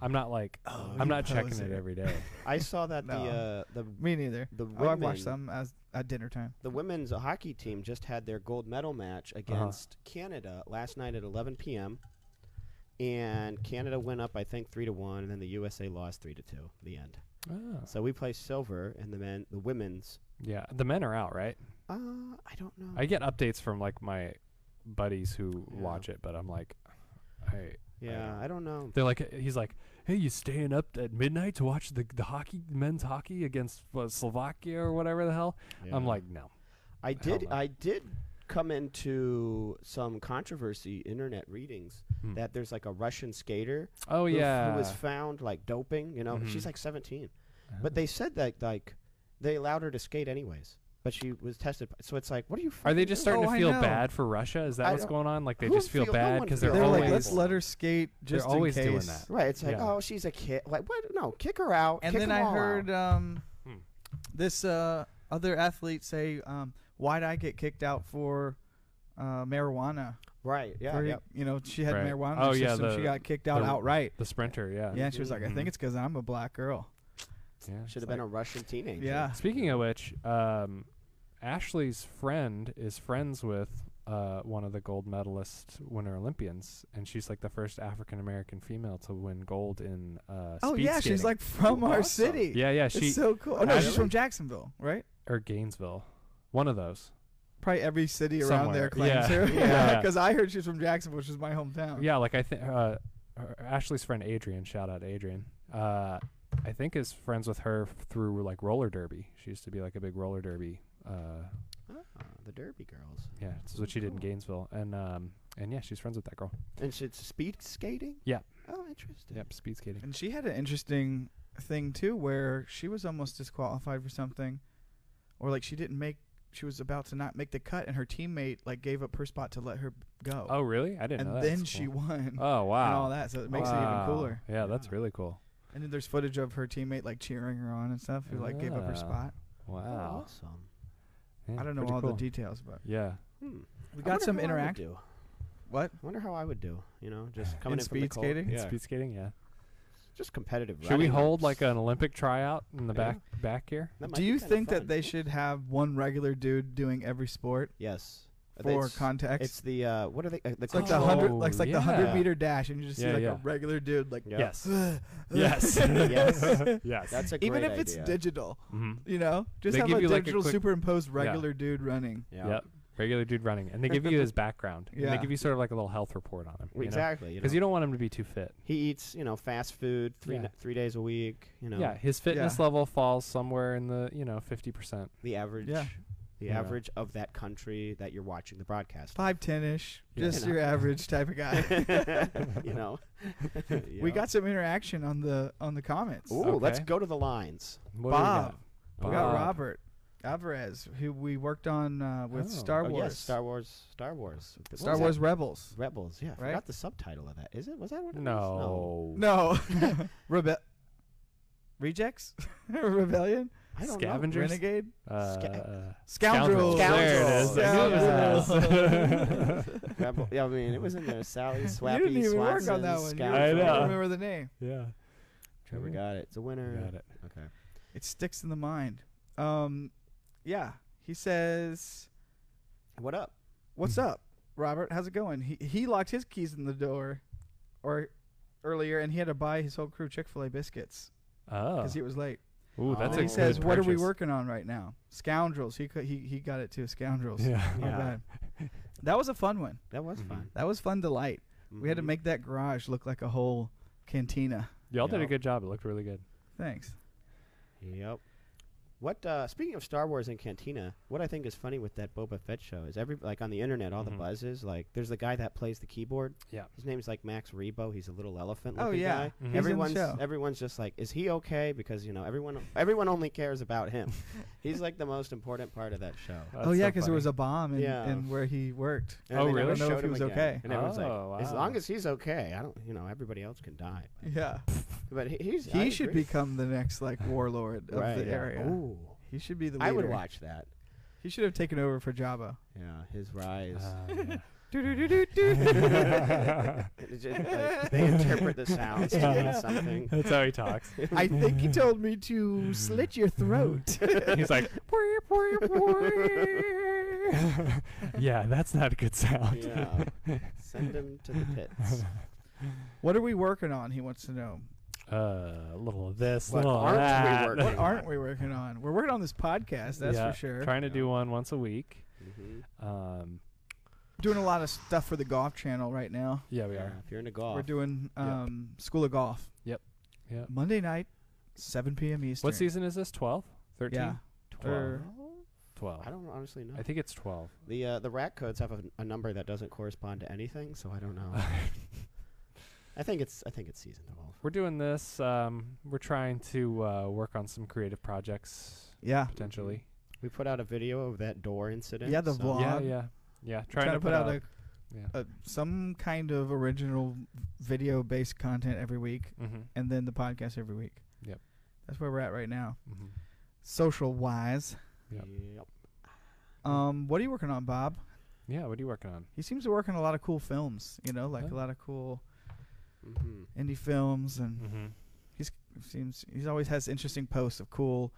Speaker 2: I'm not like
Speaker 1: Oh,
Speaker 2: I'm
Speaker 1: you
Speaker 2: not checking
Speaker 1: poser.
Speaker 2: it every day.
Speaker 3: I saw that
Speaker 1: No.
Speaker 3: the uh, the
Speaker 1: Me neither.
Speaker 3: the
Speaker 1: Oh, I've
Speaker 3: women,
Speaker 1: watched some as at dinner time.
Speaker 3: the women's hockey team just had their gold medal match
Speaker 1: Uh-huh.
Speaker 3: against Canada last night at 11 p.m. And Canada went up, I think, three to one, and then the USA lost three to two. The end.
Speaker 2: Oh.
Speaker 3: So we play silver in the men, the women's.
Speaker 2: Yeah, the men are out, right?
Speaker 3: Uh, I don't know.
Speaker 2: I get updates from like my buddies who
Speaker 3: Yeah.
Speaker 2: watch it, but I'm like, I
Speaker 3: yeah, I don't know.
Speaker 2: they're like he's like, hey, you staying up at midnight to watch the the hockey men's hockey against uh, Slovakia or whatever the hell? I'm
Speaker 3: Yeah.
Speaker 2: like, no,
Speaker 3: I
Speaker 2: hell
Speaker 3: did.
Speaker 2: no.
Speaker 3: I did come into some controversy internet readings
Speaker 2: Hmm.
Speaker 3: that there's like a Russian skater
Speaker 2: oh
Speaker 3: who f-
Speaker 2: yeah,
Speaker 3: who was found like doping. You know, she's
Speaker 2: Mhm.
Speaker 3: like 17,
Speaker 2: Oh.
Speaker 3: but they said that like they allowed her to skate anyways, but she was tested. So it's like, what are you?
Speaker 2: Are they
Speaker 3: fucking
Speaker 2: just starting
Speaker 3: doing?
Speaker 1: Oh,
Speaker 2: to
Speaker 1: I
Speaker 2: feel
Speaker 1: know.
Speaker 2: bad for Russia? Is that
Speaker 3: I
Speaker 2: what's
Speaker 3: don't-
Speaker 2: going on? Like they
Speaker 3: who
Speaker 2: just feel
Speaker 3: feel- no
Speaker 2: bad
Speaker 3: one
Speaker 2: because
Speaker 1: They're,
Speaker 2: they're,
Speaker 3: feels-
Speaker 1: like,
Speaker 2: always
Speaker 1: let's let her skate
Speaker 2: They're
Speaker 1: just in
Speaker 2: always doing
Speaker 1: case."
Speaker 2: that.
Speaker 3: Right, it's like,
Speaker 2: Yeah.
Speaker 3: oh, she's a kid. Like, what? No, kick her out.
Speaker 1: And
Speaker 3: kick
Speaker 1: then
Speaker 3: them
Speaker 1: I
Speaker 3: all out.
Speaker 1: heard um,
Speaker 2: Hmm.
Speaker 1: this uh, other athlete say, um, "Why'd I get kicked out for uh, marijuana?
Speaker 3: Right. Yeah.
Speaker 1: For,
Speaker 3: yep.
Speaker 1: You know, she had
Speaker 2: Right.
Speaker 1: marijuana. in
Speaker 2: Oh,
Speaker 1: her
Speaker 2: yeah,
Speaker 1: system.
Speaker 2: the-
Speaker 1: she got kicked out
Speaker 2: the-
Speaker 1: outright.
Speaker 2: the sprinter. Yeah,
Speaker 1: Yeah, and she was like, "I
Speaker 2: Mhm.
Speaker 1: think it's because I'm a black girl."
Speaker 2: Yeah.
Speaker 3: Should have been a Russian teenager.
Speaker 1: Yeah.
Speaker 3: Ah,
Speaker 2: Speaking of which, um, Ashley's friend is friends with uh, one of the gold medalist winter Olympians, and she's like the first African American female to win gold in uh,
Speaker 1: Oh
Speaker 2: speed
Speaker 1: yeah,
Speaker 2: skating.
Speaker 1: she's like from
Speaker 3: Oh,
Speaker 1: our
Speaker 3: awesome.
Speaker 1: city.
Speaker 2: yeah, yeah, she
Speaker 1: it's so cool. Oh no, she's
Speaker 3: Really?
Speaker 1: from Jacksonville, right?
Speaker 2: or Gainesville, one of those.
Speaker 1: Probably every city around there
Speaker 2: Somewhere.
Speaker 1: claims
Speaker 2: Yeah.
Speaker 1: her.
Speaker 2: Yeah.
Speaker 1: because I heard she's from Jacksonville, which is my hometown.
Speaker 2: Yeah, like I think uh, her- Ashley's friend Adrian, shout out Adrian. Uh, I think is friends with her f- through like roller derby. She used to be like a big roller derby. Uh,
Speaker 3: Ah, the Derby girls.
Speaker 2: yeah, this is what she did in Gainesville, and um, and yeah, she's friends with that girl.
Speaker 3: And she's speed skating?
Speaker 2: Yeah.
Speaker 3: Oh, interesting.
Speaker 2: Yep, speed skating.
Speaker 1: And she had an interesting thing too, where she was almost disqualified for something, or like she didn't make. She was about to not make the cut, and her teammate like gave up her spot to let her go.
Speaker 2: Oh, really? I didn't know
Speaker 1: and
Speaker 2: that.
Speaker 1: then
Speaker 2: That's
Speaker 1: she
Speaker 2: cool.
Speaker 1: won
Speaker 2: Oh wow!
Speaker 1: and all that, so it makes it even
Speaker 2: Wow.
Speaker 1: cooler.
Speaker 2: Yeah, that's
Speaker 3: Yeah.
Speaker 2: really cool.
Speaker 1: And then there's footage of her teammate like cheering her on and stuff, who like gave up
Speaker 2: Ah.
Speaker 1: her spot.
Speaker 3: Oh,
Speaker 2: Wow.
Speaker 3: Awesome.
Speaker 2: Yeah,
Speaker 1: I don't know
Speaker 2: pretty
Speaker 1: all
Speaker 2: cool.
Speaker 1: the details, but
Speaker 2: Yeah.
Speaker 3: Hmm.
Speaker 1: we
Speaker 3: I
Speaker 1: got
Speaker 3: wonder
Speaker 1: some
Speaker 3: how I would
Speaker 1: interact.
Speaker 3: do.
Speaker 1: What?
Speaker 3: I wonder how I would do. You know, just coming
Speaker 1: in
Speaker 3: in, from the
Speaker 1: speed
Speaker 3: cold.
Speaker 1: skating?
Speaker 3: Yeah.
Speaker 2: Speed skating. Yeah.
Speaker 3: Just competitive.
Speaker 2: Should we
Speaker 3: running or
Speaker 2: hold like
Speaker 3: s-
Speaker 2: an Olympic tryout in the
Speaker 3: Yeah.
Speaker 2: back back here?
Speaker 3: that might
Speaker 1: Do
Speaker 3: be
Speaker 1: you
Speaker 3: kinda
Speaker 1: think that
Speaker 3: fun.
Speaker 1: they should have one regular dude doing every sport
Speaker 3: Yes. Uh,
Speaker 1: for
Speaker 3: it's,
Speaker 1: context?
Speaker 3: It's the uh, what are they? Uh, the
Speaker 1: It's like the hundred, like, it's like the
Speaker 2: yeah.
Speaker 1: hundred meter dash, and you just
Speaker 2: Yeah,
Speaker 1: see like
Speaker 2: yeah.
Speaker 1: a regular dude, like
Speaker 3: Yeah.
Speaker 2: Yes.
Speaker 1: Yes.
Speaker 3: Yes.
Speaker 2: yes.
Speaker 3: That's a great
Speaker 1: even if it's
Speaker 3: idea.
Speaker 1: digital,
Speaker 2: hmm
Speaker 1: you know, just
Speaker 2: They
Speaker 1: have
Speaker 2: give
Speaker 1: a
Speaker 2: you, like, a
Speaker 1: digital
Speaker 2: quick-
Speaker 1: superimposed regular dude running.
Speaker 3: Yeah.
Speaker 2: Yep. Regular dude running, and they give you his background, and they
Speaker 1: Yeah.
Speaker 2: give you sort of like a little health report on him. you know?
Speaker 3: Exactly. You know?
Speaker 2: Because you don't want him to be too fit.
Speaker 3: he eats, you know, fast food three
Speaker 2: Yeah.
Speaker 3: n- three days a week. You know,
Speaker 2: Yeah, his fitness level falls somewhere in the you know fifty percent.
Speaker 3: the average,
Speaker 1: Yeah.
Speaker 3: the
Speaker 2: Yeah.
Speaker 3: average of that country that you're watching the broadcast.
Speaker 1: Five ten ish,
Speaker 2: Yeah.
Speaker 1: just
Speaker 3: You know.
Speaker 1: your average type of guy.
Speaker 3: you know, You
Speaker 1: We
Speaker 3: know?
Speaker 1: got some interaction on the on the comments.
Speaker 3: Ooh, let's
Speaker 2: Okay.
Speaker 3: go to the lines.
Speaker 1: Bob.
Speaker 2: Bob.
Speaker 1: We got Robert Alvarez, who we worked on uh, with
Speaker 2: Oh.
Speaker 1: Star
Speaker 3: Oh,
Speaker 1: Wars,
Speaker 3: yes, Star Wars. Star Wars. What
Speaker 1: Star
Speaker 3: was that?
Speaker 1: Wars Rebels.
Speaker 3: Rebels. Yeah, I
Speaker 1: Right?
Speaker 3: forgot the subtitle of that. Is it? Was that what it was?
Speaker 2: No.
Speaker 1: No, Rebe- rejects, rebellion,
Speaker 3: I don't
Speaker 2: Scavengers.
Speaker 1: renegade,
Speaker 2: Uh,
Speaker 3: Sca-
Speaker 1: scoundrels.
Speaker 2: There it is. I knew it was
Speaker 1: Scoundrels.
Speaker 3: know. Rebel. Yeah, I mean, it was in there. Sally
Speaker 1: you
Speaker 3: Swappy
Speaker 1: didn't even
Speaker 3: Swanson.
Speaker 1: work on that one. You
Speaker 2: I
Speaker 1: don't
Speaker 2: know.
Speaker 1: even
Speaker 3: Scoundrel.
Speaker 1: remember the name.
Speaker 2: yeah.
Speaker 3: Trevor got it. It's a winner.
Speaker 2: Got it.
Speaker 3: Okay.
Speaker 1: It sticks in the mind. Um, yeah. He says,
Speaker 3: What up?
Speaker 1: "What's up, Robert? How's it going?" He he locked his keys in the door, or earlier, and he had to buy his whole crew Chick Fil A biscuits
Speaker 2: Oh.
Speaker 1: because he was late.
Speaker 2: Ooh,
Speaker 3: Oh.
Speaker 2: that's
Speaker 1: And
Speaker 2: a
Speaker 1: he
Speaker 2: good
Speaker 1: says, "What are we
Speaker 2: purchase.
Speaker 1: working on right now? Scoundrels." He cou- he he got it too. Scoundrels.
Speaker 2: Yeah.
Speaker 1: My
Speaker 3: Yeah.
Speaker 1: bad. That was a fun one.
Speaker 3: That was
Speaker 2: Mhm.
Speaker 3: fun.
Speaker 1: That was fun to light. Mm-hmm. We had to
Speaker 3: Mhm.
Speaker 1: make that garage look like a whole cantina.
Speaker 2: Y'all did a
Speaker 3: Yep.
Speaker 2: good job. It looked really good.
Speaker 1: Thanks.
Speaker 3: Yep. What? Uh, speaking of Star Wars and Cantina, what I think is funny with that Boba Fett show is every like on the internet, all
Speaker 2: Mhm.
Speaker 3: the buzzes. Like, there's the guy that plays the keyboard.
Speaker 2: Yeah.
Speaker 3: His name's like Max Rebo. He's a little elephant.
Speaker 1: Oh,
Speaker 3: looking
Speaker 1: yeah.
Speaker 3: Guy.
Speaker 2: He's in the
Speaker 3: Everyone's
Speaker 1: show.
Speaker 3: everyone's just like, is he okay? Because you know everyone everyone only cares about him. He's like the most important part of that show.
Speaker 1: oh yeah, because there was a bomb in,
Speaker 3: Yeah.
Speaker 1: in where he worked.
Speaker 3: And
Speaker 2: Oh,
Speaker 3: they never
Speaker 1: Don't
Speaker 2: really?
Speaker 1: know if
Speaker 3: showed
Speaker 1: he
Speaker 3: him
Speaker 1: was
Speaker 3: again.
Speaker 1: okay.
Speaker 3: And everyone's
Speaker 2: Oh,
Speaker 3: like, as
Speaker 2: wow.
Speaker 3: long as he's okay, I don't. You know, everybody else can die.
Speaker 1: Yeah.
Speaker 3: But he- he's.
Speaker 1: He
Speaker 3: I
Speaker 1: should
Speaker 3: agree.
Speaker 1: become the next like warlord of
Speaker 3: Right,
Speaker 1: the
Speaker 3: yeah.
Speaker 1: area.
Speaker 3: Ooh.
Speaker 1: He should be the leader.
Speaker 3: I would watch that.
Speaker 1: He should have taken over for Jabba.
Speaker 3: Yeah, his rise.
Speaker 2: Uh,
Speaker 3: It's just, like, they interpret the sounds to mean something.
Speaker 2: That's how he talks.
Speaker 1: I think he told me to slit your throat.
Speaker 2: He's like, yeah, that's not a good sound.
Speaker 3: Yeah. Send him to the pits.
Speaker 1: what are we working on? He wants to know.
Speaker 2: uh, a little of this, a
Speaker 3: What
Speaker 2: little of
Speaker 3: aren't we
Speaker 2: that.
Speaker 3: working
Speaker 1: What aren't we working on? We're working on this podcast, that's
Speaker 2: Yeah,
Speaker 1: for sure.
Speaker 2: Trying to
Speaker 3: Yeah.
Speaker 2: do one once a week.
Speaker 3: Mm-hmm.
Speaker 2: Um,
Speaker 1: doing a lot of stuff for the golf channel right now.
Speaker 2: yeah, we
Speaker 3: yeah,
Speaker 2: are.
Speaker 3: if you're into golf,
Speaker 1: We're doing
Speaker 2: Yeah.
Speaker 1: um, School of Golf.
Speaker 2: Yep. Yep.
Speaker 1: Monday night, 7 p.m. Eastern.
Speaker 2: What season is this? 12? 13?
Speaker 1: Yeah.
Speaker 2: Twelve.
Speaker 3: Well,
Speaker 2: 12.
Speaker 3: Oh, I don't honestly know.
Speaker 2: I think it's 12.
Speaker 3: the uh, the rack codes have a, a number that doesn't correspond to anything, so I don't know. I think it's I think it's season twelve.
Speaker 2: We're doing this. Um, we're trying to uh, work on some creative projects
Speaker 1: Yeah.
Speaker 2: potentially.
Speaker 3: We put out a video of that door incident.
Speaker 1: Yeah, the
Speaker 3: so-
Speaker 1: vlog.
Speaker 2: Yeah,
Speaker 1: Um,
Speaker 2: yeah, yeah. Trying,
Speaker 1: Trying, to put out,
Speaker 2: yeah.
Speaker 1: a, a some kind of original video based content every week
Speaker 2: mm-hmm,
Speaker 1: and then the podcast every week.
Speaker 2: Yep.
Speaker 1: That's where we're at right now.
Speaker 2: mm-hmm.
Speaker 1: Social wise.
Speaker 2: Yep.
Speaker 3: Yep.
Speaker 2: Hmm.
Speaker 1: Um, what are you working on, Bob?
Speaker 2: Yeah. What are you working on?
Speaker 1: He seems to work on a lot of cool films, you know, like a
Speaker 2: Yeah.
Speaker 1: lot of cool
Speaker 3: Mm-hmm.
Speaker 1: indie films and
Speaker 2: Mm-hmm.
Speaker 1: seems he's always has interesting posts of cool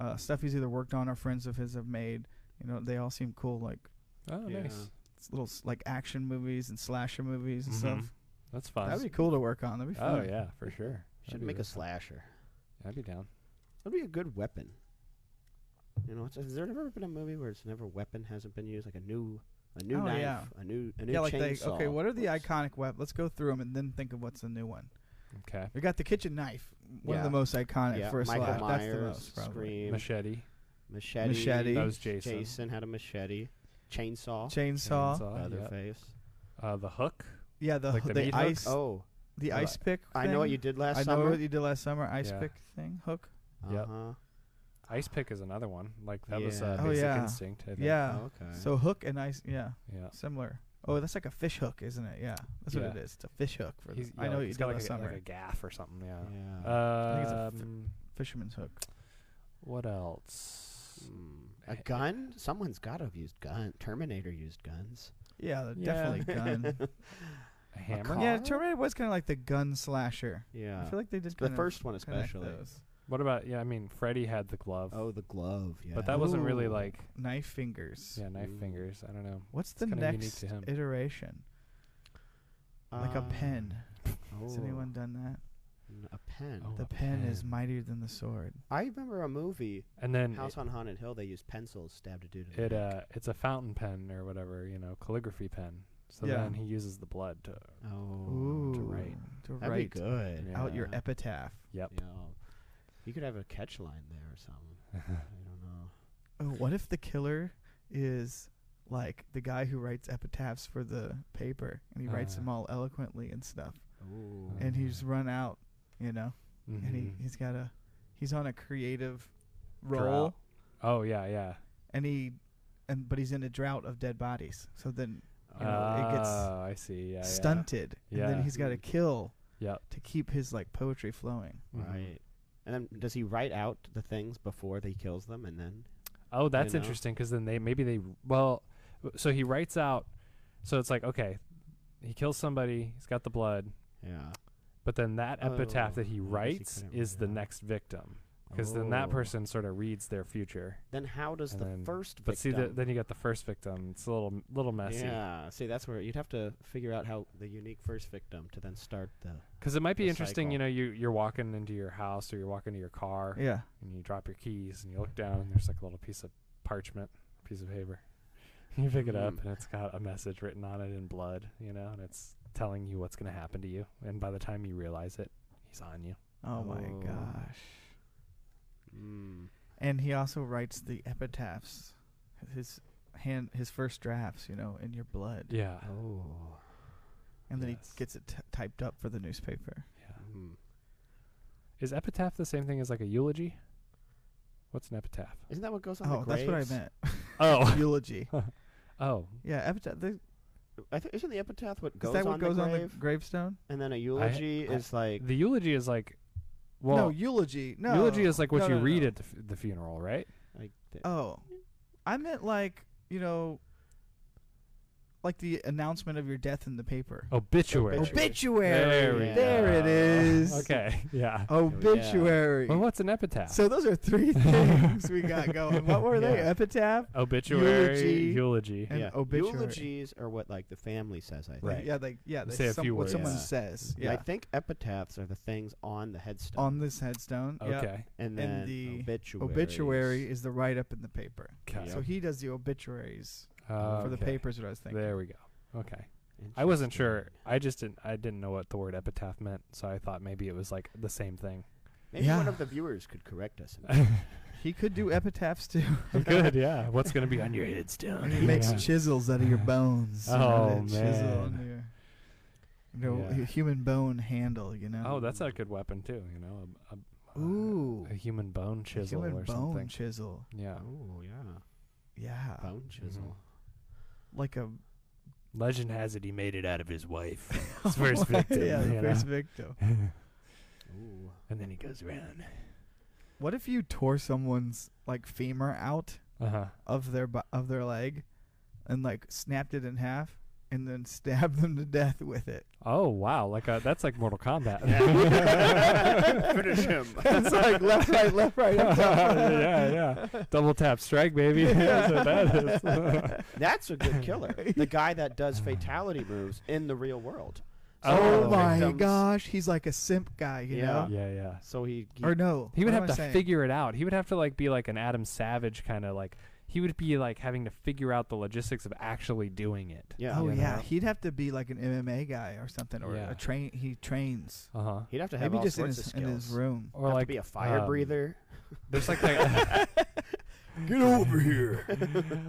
Speaker 1: uh, stuff he's either worked on or friends of his have made. You know, they all seem cool, like
Speaker 2: Oh,
Speaker 3: Yeah.
Speaker 2: nice.
Speaker 1: s- little s- like action movies and slasher movies and
Speaker 2: Mhm.
Speaker 1: stuff.
Speaker 2: That's fun.
Speaker 1: That'd be cool to work on. That'd be
Speaker 2: oh
Speaker 1: fun.
Speaker 2: yeah, for sure.
Speaker 3: Should make a slasher.
Speaker 2: I'd be down.
Speaker 3: That'd be a good weapon. You know, it's, has there ever been a movie where it's never weapon hasn't been used, like a new, a new
Speaker 1: Oh,
Speaker 3: knife,
Speaker 1: yeah.
Speaker 3: a new, a new
Speaker 1: Yeah, like they,
Speaker 3: chainsaw?
Speaker 1: okay, what are the
Speaker 3: Let's-
Speaker 1: iconic web? Let's go through them and then think of what's the new one.
Speaker 2: Okay.
Speaker 1: We got the kitchen knife, one of the
Speaker 3: Yeah.
Speaker 1: most iconic
Speaker 3: Yeah,
Speaker 1: for a
Speaker 3: Michael
Speaker 1: slide. That's
Speaker 3: Myers,
Speaker 1: the most probably.
Speaker 3: Scream,
Speaker 2: Machete.
Speaker 3: machete,
Speaker 1: Machete.
Speaker 2: That was Jason.
Speaker 3: Jason had a machete, chainsaw,
Speaker 1: Chainsaw.
Speaker 2: Chainsaw, yep.
Speaker 3: Leatherface.
Speaker 2: Uh, the hook.
Speaker 1: Yeah, the
Speaker 2: Like
Speaker 1: h-
Speaker 2: the
Speaker 1: the,
Speaker 2: meat hook?
Speaker 1: ice
Speaker 3: Oh,
Speaker 1: the
Speaker 3: Uh,
Speaker 1: ice pick.
Speaker 3: I know what
Speaker 1: thing.
Speaker 3: you did last
Speaker 1: I know
Speaker 3: summer.
Speaker 1: what you did last summer. Ice
Speaker 2: Yeah.
Speaker 1: pick thing hook.
Speaker 2: Yep.
Speaker 3: Uh-huh.
Speaker 2: Ice pick is another one. Like that was uh,
Speaker 3: Yeah.
Speaker 1: Oh,
Speaker 2: basic
Speaker 1: yeah.
Speaker 2: instinct. I think.
Speaker 1: Yeah.
Speaker 3: Oh, Okay.
Speaker 1: So hook and ice. Yeah.
Speaker 2: Yeah.
Speaker 1: Similar. Oh, that's like a fish hook, isn't it? Yeah, that's
Speaker 2: Yeah.
Speaker 1: what it is. It's a fish hook for.
Speaker 2: He's,
Speaker 1: The, I know what you
Speaker 2: he's
Speaker 1: did
Speaker 2: got
Speaker 1: last
Speaker 2: like a,
Speaker 1: summer.
Speaker 2: like a gaff or something. Yeah.
Speaker 3: yeah.
Speaker 1: uh, think it's a fi-
Speaker 2: Um,
Speaker 1: Fisherman's hook.
Speaker 2: what else?
Speaker 1: Mm.
Speaker 3: Hmm. A
Speaker 2: eh,
Speaker 3: gun? Someone's got to have used gun. Terminator used guns.
Speaker 1: Yeah, they're
Speaker 2: Yeah.
Speaker 1: definitely gun.
Speaker 2: A hammer.
Speaker 3: car?
Speaker 1: yeah, Terminator was kind of like the gun slasher.
Speaker 3: Yeah.
Speaker 1: I feel like they did
Speaker 3: the
Speaker 1: kind
Speaker 3: first one
Speaker 1: of connect
Speaker 3: especially.
Speaker 1: those.
Speaker 2: What about? Yeah, I mean, Freddy had the glove,
Speaker 3: Oh, the glove. Yeah.
Speaker 2: but that wasn't really
Speaker 1: Ooh.
Speaker 2: like
Speaker 1: knife fingers.
Speaker 2: yeah knife
Speaker 3: Ooh.
Speaker 2: fingers. I don't know.
Speaker 1: What's the
Speaker 2: kinda unique
Speaker 1: next
Speaker 2: to him.
Speaker 1: iteration? like a
Speaker 3: Um,
Speaker 1: pen. Has
Speaker 3: oh,
Speaker 1: anyone done that?
Speaker 3: n- A pen.
Speaker 2: Oh.
Speaker 1: The
Speaker 2: Ah. a
Speaker 1: pen, is
Speaker 2: pen.
Speaker 1: mightier than the sword.
Speaker 3: I remember a movie,
Speaker 2: And then
Speaker 3: House on Haunted Hill. They used pencils, stabbed a dude. In
Speaker 2: it
Speaker 3: the neck.
Speaker 2: uh it's a fountain pen or whatever you know calligraphy pen so
Speaker 1: Yeah.
Speaker 2: then he uses the blood to
Speaker 3: oh,
Speaker 1: Ooh,
Speaker 2: write.
Speaker 1: To
Speaker 3: that'd
Speaker 1: write
Speaker 3: be good.
Speaker 1: out your
Speaker 3: Yeah.
Speaker 1: epitaph.
Speaker 2: yep
Speaker 3: Yeah. You could have a catch line there or something. I don't know.
Speaker 1: Oh, what if the killer is like the guy who writes epitaphs for the paper and he writes
Speaker 2: Uh. Uh-huh.
Speaker 1: them all eloquently and stuff
Speaker 3: Ooh.
Speaker 1: and he's run out, you know, and he,
Speaker 2: Mhm.
Speaker 1: he's got a he's on a creative
Speaker 2: Drought.
Speaker 1: roll
Speaker 2: oh yeah yeah
Speaker 1: and he and but he's in a drought of dead bodies. So then you know, it gets
Speaker 2: oh I see yeah, yeah
Speaker 1: stunted and
Speaker 2: Yeah.
Speaker 1: then he's got to kill
Speaker 2: Yep.
Speaker 1: to keep his like poetry flowing.
Speaker 2: Mhm.
Speaker 3: Right. And then does he write out the things before he kills them and then?
Speaker 2: oh that's
Speaker 3: know?
Speaker 2: interesting because then they maybe they well w- so he writes out so it's like okay he kills somebody he's got the blood
Speaker 3: Yeah.
Speaker 2: but then that epitaph
Speaker 3: Oh,
Speaker 2: that
Speaker 3: I guess he
Speaker 2: he writes
Speaker 3: couldn't
Speaker 2: is
Speaker 3: write
Speaker 2: the
Speaker 3: out.
Speaker 2: next victim because then that
Speaker 3: Oh.
Speaker 2: person sort of reads their future
Speaker 3: Then how does
Speaker 2: and
Speaker 3: the
Speaker 2: then-
Speaker 3: first victim?
Speaker 2: but see the, then you got the first victim it's a little little messy
Speaker 3: Yeah. See, that's where you'd have to figure out how the unique first victim to then start the.
Speaker 2: Because it might be
Speaker 3: the
Speaker 2: interesting,
Speaker 3: cycle.
Speaker 2: you know, you you're walking into your house or you're walking to your car
Speaker 1: Yeah.
Speaker 2: and you drop your keys and you look down and there's like a little piece of parchment, piece of paper. You pick it up
Speaker 3: Mm.
Speaker 2: and it's got a message written on it in blood, you know, and it's telling you what's going to happen to you. And by the time you realize it, he's on you.
Speaker 1: Oh my
Speaker 3: Oh.
Speaker 1: gosh.
Speaker 3: Mm.
Speaker 1: And he also writes the epitaphs, his hand, his first drafts, you know, in your blood,
Speaker 2: Yeah.
Speaker 3: Oh.
Speaker 1: and then
Speaker 2: yes.
Speaker 1: he gets it t- typed up for the newspaper.
Speaker 2: Yeah.
Speaker 3: Mm.
Speaker 2: Is epitaph the same thing as like a eulogy? What's an epitaph?
Speaker 3: Isn't that what goes on
Speaker 1: oh,
Speaker 3: the
Speaker 1: that's what I
Speaker 3: graves?
Speaker 1: meant.
Speaker 2: Oh.
Speaker 1: Eulogy.
Speaker 2: oh.
Speaker 1: Yeah, epitaph. The,
Speaker 3: I th- isn't the epitaph what goes
Speaker 1: is that what
Speaker 3: on
Speaker 1: goes
Speaker 3: the
Speaker 1: on the
Speaker 3: grave?
Speaker 1: gravestone?
Speaker 3: and then a eulogy
Speaker 2: I-
Speaker 3: is like.
Speaker 2: The eulogy is like well,
Speaker 1: no, eulogy. No,
Speaker 2: eulogy is like what
Speaker 1: No,
Speaker 2: you
Speaker 1: no,
Speaker 2: read
Speaker 1: no.
Speaker 2: at the, f- the funeral, right?
Speaker 3: like the-
Speaker 1: Oh, I meant like you know, like the announcement of your death in the paper.
Speaker 2: Obituary.
Speaker 3: Obituary.
Speaker 1: Obituary.
Speaker 2: There, we
Speaker 1: There
Speaker 2: go.
Speaker 1: it is.
Speaker 2: Okay. Yeah.
Speaker 1: Obituary.
Speaker 2: Well, what's an epitaph?
Speaker 1: So those are three things we got going. What were they?
Speaker 2: Yeah.
Speaker 1: Epitaph.
Speaker 2: Obituary.
Speaker 1: eulogy.
Speaker 2: eulogy.
Speaker 1: And
Speaker 3: yeah.
Speaker 1: obituary.
Speaker 3: Eulogies are what like the family says. I think.
Speaker 2: Right.
Speaker 1: Yeah, like yeah, like
Speaker 2: Say a
Speaker 1: some,
Speaker 2: few
Speaker 1: what
Speaker 2: words.
Speaker 1: someone
Speaker 3: Yeah.
Speaker 1: says.
Speaker 3: And
Speaker 1: Yeah.
Speaker 3: I think epitaphs are the things on the headstone.
Speaker 1: On this headstone. yeah.
Speaker 2: Okay.
Speaker 3: and then
Speaker 1: and the
Speaker 3: obituaries.
Speaker 1: Obituary is the write up in the paper.
Speaker 2: Okay.
Speaker 1: So he does the obituaries for the
Speaker 2: Uh, Okay.
Speaker 1: papers. What I was thinking.
Speaker 2: There we go. Okay. I wasn't sure. I just didn't. I didn't know what the word epitaph meant, so I thought maybe it was like the same thing.
Speaker 3: Maybe one
Speaker 1: Yeah.
Speaker 3: of the viewers could correct us. on that.
Speaker 1: He could do epitaphs too.
Speaker 2: Good. Yeah. What's gonna be on your headstone?
Speaker 1: And he makes
Speaker 2: Yeah.
Speaker 1: chisels out of your bones. you know,
Speaker 2: Oh,
Speaker 1: that Chisel
Speaker 2: man.
Speaker 1: on your, you know,
Speaker 2: Yeah.
Speaker 1: hu- human bone handle. You know.
Speaker 2: Oh, that's a good weapon too. You know, a, a- uh,
Speaker 1: Ooh.
Speaker 2: a human bone chisel
Speaker 1: human
Speaker 2: or
Speaker 1: bone
Speaker 2: something.
Speaker 1: chisel.
Speaker 2: yeah,
Speaker 3: oh yeah,
Speaker 1: Yeah.
Speaker 3: bone
Speaker 2: mm-hmm.
Speaker 3: chisel.
Speaker 1: Like a
Speaker 2: legend has it he made it out of his wife,
Speaker 1: Oh,
Speaker 2: his first victim.
Speaker 1: yeah,
Speaker 2: you
Speaker 1: the
Speaker 2: know?
Speaker 1: first victim.
Speaker 3: Ooh,
Speaker 2: and then he goes around.
Speaker 1: What if you tore someone's like femur out
Speaker 2: Uh huh.
Speaker 1: of their bo- of their leg, and like snapped it in half, and then stabbed them to death with it?
Speaker 2: Oh wow, like a, that's like Mortal Kombat.
Speaker 3: Yeah. Finish him.
Speaker 1: it's like left, right, left, right, up, top.
Speaker 2: yeah, yeah. Double tap strike, baby. that's what that is.
Speaker 3: that's a good killer. the guy that does fatality moves in the real world.
Speaker 1: Oh,
Speaker 2: Oh,
Speaker 1: my
Speaker 3: victims-
Speaker 1: gosh, he's like a simp guy, you
Speaker 3: Yeah.
Speaker 1: know?
Speaker 2: yeah, yeah.
Speaker 3: So he, he
Speaker 1: Or no,
Speaker 2: He
Speaker 1: what
Speaker 2: would have
Speaker 1: am I
Speaker 2: to
Speaker 1: saying?
Speaker 2: figure it out. He would have to like be like an Adam Savage kind of like. He would be like having to figure out the logistics of actually doing it.
Speaker 3: yeah.
Speaker 1: Oh
Speaker 2: you
Speaker 1: yeah,
Speaker 2: know?
Speaker 1: he'd have to be like an MMA guy or something, or
Speaker 2: Yeah.
Speaker 1: a train. He trains.
Speaker 2: Uh huh.
Speaker 3: He'd have to have
Speaker 1: Maybe
Speaker 3: all
Speaker 1: just in
Speaker 3: sorts
Speaker 1: his
Speaker 3: of
Speaker 1: in
Speaker 3: skills.
Speaker 1: his room.
Speaker 2: Or
Speaker 3: have
Speaker 2: like
Speaker 3: to be a fire
Speaker 2: um,
Speaker 3: breather.
Speaker 2: There's like that.
Speaker 1: Get over here.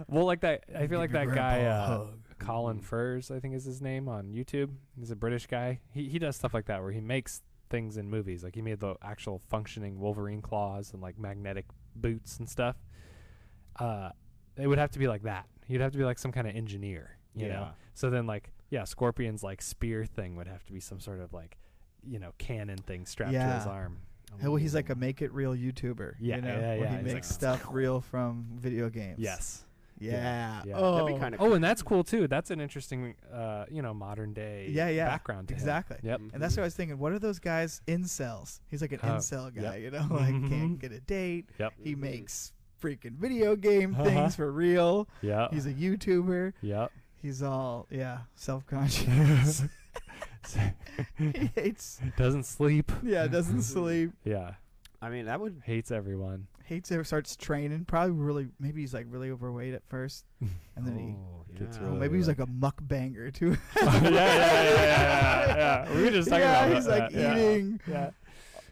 Speaker 2: well, like that. I
Speaker 1: Give
Speaker 2: feel like
Speaker 1: your
Speaker 2: that guy,
Speaker 1: grandpa a
Speaker 2: uh,
Speaker 1: hug.
Speaker 2: Colin Furs, I think is his name on YouTube. He's a British guy. He he does stuff like that where he makes things in movies. Like he made the actual functioning Wolverine claws and like magnetic boots and stuff. Uh, it would have to be like that. You'd have to be like some kind of engineer, you know. So then, like, yeah, Scorpion's like spear thing would have to be some sort of like, you know, cannon thing strapped to his
Speaker 1: Yeah.
Speaker 2: arm.
Speaker 1: Well, he's like a make it real YouTuber.
Speaker 2: Yeah,
Speaker 1: you know,
Speaker 2: yeah,
Speaker 1: where
Speaker 2: yeah,
Speaker 1: He
Speaker 2: he's
Speaker 1: makes
Speaker 2: like-
Speaker 1: stuff real from video games.
Speaker 2: yes.
Speaker 1: Yeah.
Speaker 2: yeah.
Speaker 1: Oh.
Speaker 3: That'd be kinda
Speaker 2: Oh, and that's cool too. That's an interesting, uh, you know, modern day
Speaker 1: Yeah, yeah.
Speaker 2: background. To him.
Speaker 1: Exactly.
Speaker 2: Yep.
Speaker 3: Mhm.
Speaker 1: And that's what I was thinking. What are those guys? Incels. He's like an
Speaker 2: Oh,
Speaker 1: incel
Speaker 2: yep.
Speaker 1: guy. You know, like
Speaker 2: Mhm.
Speaker 1: can't get a date.
Speaker 2: Yep.
Speaker 1: He
Speaker 3: Mhm.
Speaker 1: makes freaking video game
Speaker 2: Uh-huh.
Speaker 1: things for real.
Speaker 2: Yeah.
Speaker 1: He's a YouTuber.
Speaker 2: Yep.
Speaker 1: He's all yeah, self conscious. he hates.
Speaker 2: Doesn't sleep.
Speaker 1: Yeah, doesn't sleep.
Speaker 2: Yeah.
Speaker 3: I mean, that would
Speaker 2: Hates everyone.
Speaker 1: Hates it. Starts training. Probably really. Maybe he's like really overweight at first, and then he.
Speaker 3: oh,
Speaker 2: Gets
Speaker 1: Oh,
Speaker 2: really
Speaker 1: maybe he's like a mukbanger too.
Speaker 2: yeah, yeah, yeah, yeah, yeah, yeah. We were just talking
Speaker 1: yeah,
Speaker 2: about
Speaker 1: he's
Speaker 2: that,
Speaker 1: like
Speaker 2: yeah.
Speaker 1: eating
Speaker 2: Yeah.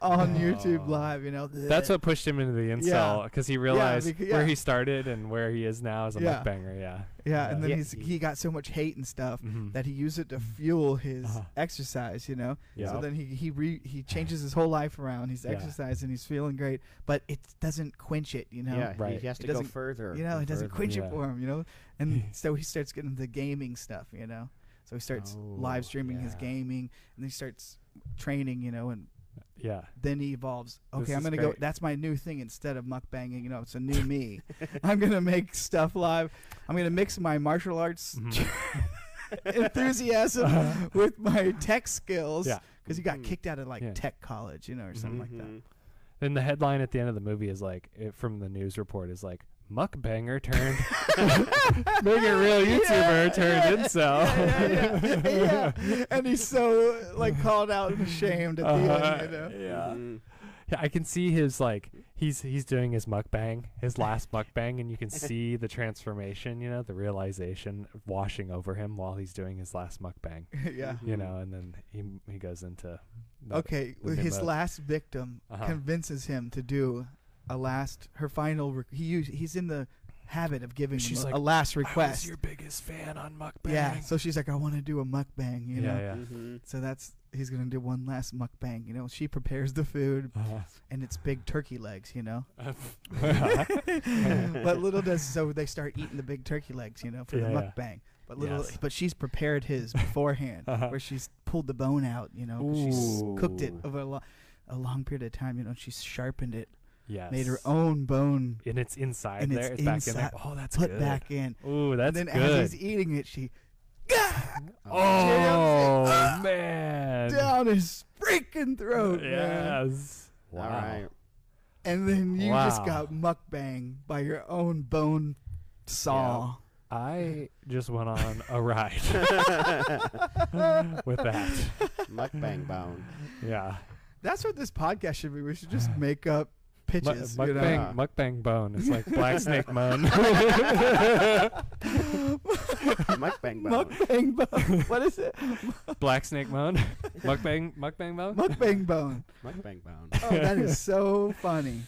Speaker 1: on YouTube
Speaker 2: Oh.
Speaker 1: live. You know,
Speaker 2: That's what pushed him into the incel because he realized
Speaker 1: becau-
Speaker 2: where
Speaker 1: yeah.
Speaker 2: he started and where he is now as a
Speaker 1: Yeah.
Speaker 2: mukbanger. Yeah.
Speaker 1: Yeah, and then
Speaker 3: Yeah,
Speaker 1: he's
Speaker 3: he-
Speaker 1: he got so much hate and stuff
Speaker 2: Mhm.
Speaker 1: that he used it to fuel his
Speaker 2: Uh-huh.
Speaker 1: exercise. You know,
Speaker 2: yeah.
Speaker 1: so then he he re, he changes his whole life around. He's
Speaker 2: Yeah.
Speaker 1: exercising, he's feeling great, but it doesn't quench it. You know,
Speaker 3: yeah,
Speaker 2: Right.
Speaker 3: he has
Speaker 1: It
Speaker 3: to go
Speaker 1: doesn't-
Speaker 3: further.
Speaker 1: you know,
Speaker 3: and
Speaker 1: it doesn't
Speaker 3: further.
Speaker 1: quench
Speaker 2: Yeah.
Speaker 1: it for him. You know, and so he starts getting the gaming stuff. You know, so he starts
Speaker 3: Oh,
Speaker 1: live streaming his
Speaker 3: yeah.
Speaker 1: gaming, and he starts training. You know, and
Speaker 2: yeah.
Speaker 1: then he evolves.
Speaker 2: This
Speaker 1: Okay, I'm
Speaker 2: is
Speaker 1: gonna go.
Speaker 2: great.
Speaker 1: That's my new thing instead of mukbanging. You know, it's a new me. I'm gonna make stuff live. I'm gonna mix my martial arts
Speaker 2: Mhm.
Speaker 1: enthusiasm with my tech skills.
Speaker 2: Yeah.
Speaker 1: Because he got
Speaker 3: Mhm.
Speaker 1: kicked out of like
Speaker 2: Yeah.
Speaker 1: tech college, you know, or
Speaker 2: Mm-hmm.
Speaker 1: something like that.
Speaker 3: Mhm.
Speaker 2: Then the headline at the end of the movie is like, it, from the news report, is like, mukbanger turned, make it real YouTuber turned incel.
Speaker 1: Yeah, yeah, yeah, yeah. And he's so like called out and ashamed at the
Speaker 2: Uh,
Speaker 1: end, you know.
Speaker 2: yeah.
Speaker 3: Mhm.
Speaker 2: Yeah, I can see his like he's he's doing his mukbang, his last mukbang, and you can see the transformation, you know, the realization washing over him while he's doing his last mukbang,
Speaker 1: yeah.
Speaker 2: you
Speaker 3: Mhm.
Speaker 2: know, and then he he goes into the-
Speaker 1: Okay,
Speaker 2: the
Speaker 1: his
Speaker 2: remote.
Speaker 1: last victim
Speaker 2: Uh-huh.
Speaker 1: convinces him to do a last, her final. Re- he use, he's in the habit of giving
Speaker 2: She's
Speaker 1: a-
Speaker 2: like,
Speaker 1: a last
Speaker 2: "I was
Speaker 1: request.
Speaker 2: your biggest fan on mukbang.
Speaker 1: Yeah, so she's like, I want to do a mukbang, you know.
Speaker 2: yeah, yeah.
Speaker 3: Mhm.
Speaker 1: So that's he's gonna do one last mukbang, you know. She prepares the food, and it's big turkey legs, you know.
Speaker 2: Uh-huh.
Speaker 1: but little does so they start eating the big turkey legs, you know, for the
Speaker 2: Yeah, yeah.
Speaker 1: mukbang. But little,
Speaker 2: Yes.
Speaker 1: but she's prepared his beforehand,
Speaker 2: Uh-huh.
Speaker 1: where she's pulled the bone out, you know, 'cause she's cooked it
Speaker 2: Ooh.
Speaker 1: over a, lo- a long period of time, you know. She's sharpened it,
Speaker 2: yes.
Speaker 1: made her own bone,
Speaker 2: and it's inside
Speaker 1: And
Speaker 2: there.
Speaker 1: it's
Speaker 2: It's, back
Speaker 1: inside-
Speaker 2: in there. Oh, that's
Speaker 1: put
Speaker 2: good.
Speaker 1: back in.
Speaker 2: Ooh, that's
Speaker 1: and then
Speaker 2: good.
Speaker 1: as he's eating it, she
Speaker 2: Oh man!
Speaker 1: down his freaking throat, man.
Speaker 2: Yes. Wow.
Speaker 3: All right.
Speaker 1: And then you just
Speaker 2: Wow.
Speaker 1: got mukbang by your own bone saw.
Speaker 2: I just went on a ride with that.
Speaker 3: Mukbang bone.
Speaker 2: Yeah.
Speaker 1: That's what this podcast should be. We should just make up pitches.
Speaker 2: Mu-
Speaker 1: you know?
Speaker 2: mukbang, mukbang bone. It's like black snake moan.
Speaker 3: Mukbang bone.
Speaker 1: Mukbang bone. what is it?
Speaker 2: black snake moan. Mukbang, mukbang bone.
Speaker 1: Mukbang bone.
Speaker 3: Mukbang bone.
Speaker 1: Oh, that is so funny.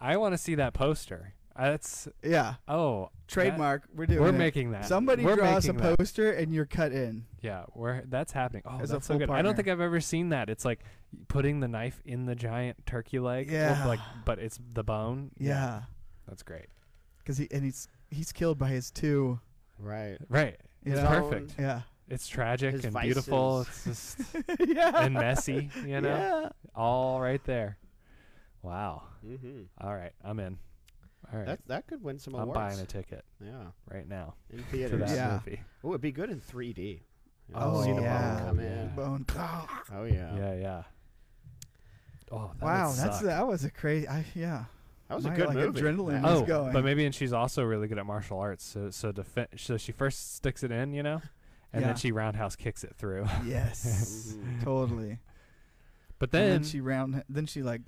Speaker 2: I want to see that poster. That's
Speaker 1: Yeah,
Speaker 2: oh,
Speaker 1: trademark. we're doing.
Speaker 2: we're
Speaker 1: it.
Speaker 2: making that.
Speaker 1: Somebody
Speaker 2: we're
Speaker 1: draw us a
Speaker 2: making that.
Speaker 1: poster and you're cut in.
Speaker 2: Yeah, we're that's happening. Oh,
Speaker 1: As a
Speaker 2: that's so
Speaker 1: full
Speaker 2: good. I don't
Speaker 1: partner.
Speaker 2: think I've ever seen that. It's like putting the knife in the giant turkey leg. or
Speaker 1: Yeah.
Speaker 2: Like, but it's the bone.
Speaker 1: Yeah,
Speaker 2: That's great.
Speaker 1: because he and he's he's killed by his two.
Speaker 3: Right.
Speaker 2: Right.
Speaker 1: You
Speaker 2: it's
Speaker 1: know?
Speaker 2: perfect.
Speaker 1: Yeah.
Speaker 2: It's tragic
Speaker 3: His
Speaker 2: and beautiful. It's
Speaker 3: vices.
Speaker 2: just
Speaker 1: yeah.
Speaker 2: and messy. You know,
Speaker 1: Yeah.
Speaker 2: all right there. Wow.
Speaker 3: Mm-hmm.
Speaker 2: All right, I'm in. All right,
Speaker 3: That that could win some
Speaker 2: I'm
Speaker 3: awards.
Speaker 2: buying a ticket
Speaker 3: Yeah.
Speaker 2: right now
Speaker 3: In
Speaker 2: for
Speaker 3: theaters.
Speaker 2: that
Speaker 1: Yeah.
Speaker 2: movie.
Speaker 3: Oh, it'd be good in 3D. You know,
Speaker 1: Oh,
Speaker 3: see the
Speaker 1: yeah.
Speaker 3: bone come
Speaker 2: Yeah.
Speaker 3: in.
Speaker 1: Bone.
Speaker 3: Oh
Speaker 2: Yeah,
Speaker 3: yeah.
Speaker 2: yeah. Oh, that
Speaker 1: wow,
Speaker 2: would
Speaker 1: that's
Speaker 2: suck.
Speaker 1: that was a crazy. I, yeah.
Speaker 3: That was
Speaker 1: My,
Speaker 3: a good
Speaker 1: like,
Speaker 3: movie.
Speaker 1: adrenaline
Speaker 2: Oh,
Speaker 1: is going.
Speaker 2: but maybe and she's also really good at martial arts. So so defen so she first sticks it in, you know, and
Speaker 1: Yeah.
Speaker 2: then she roundhouse kicks it through.
Speaker 1: yes,
Speaker 3: Mhm.
Speaker 1: totally.
Speaker 2: But
Speaker 1: And
Speaker 2: then,
Speaker 1: then she round. Then she like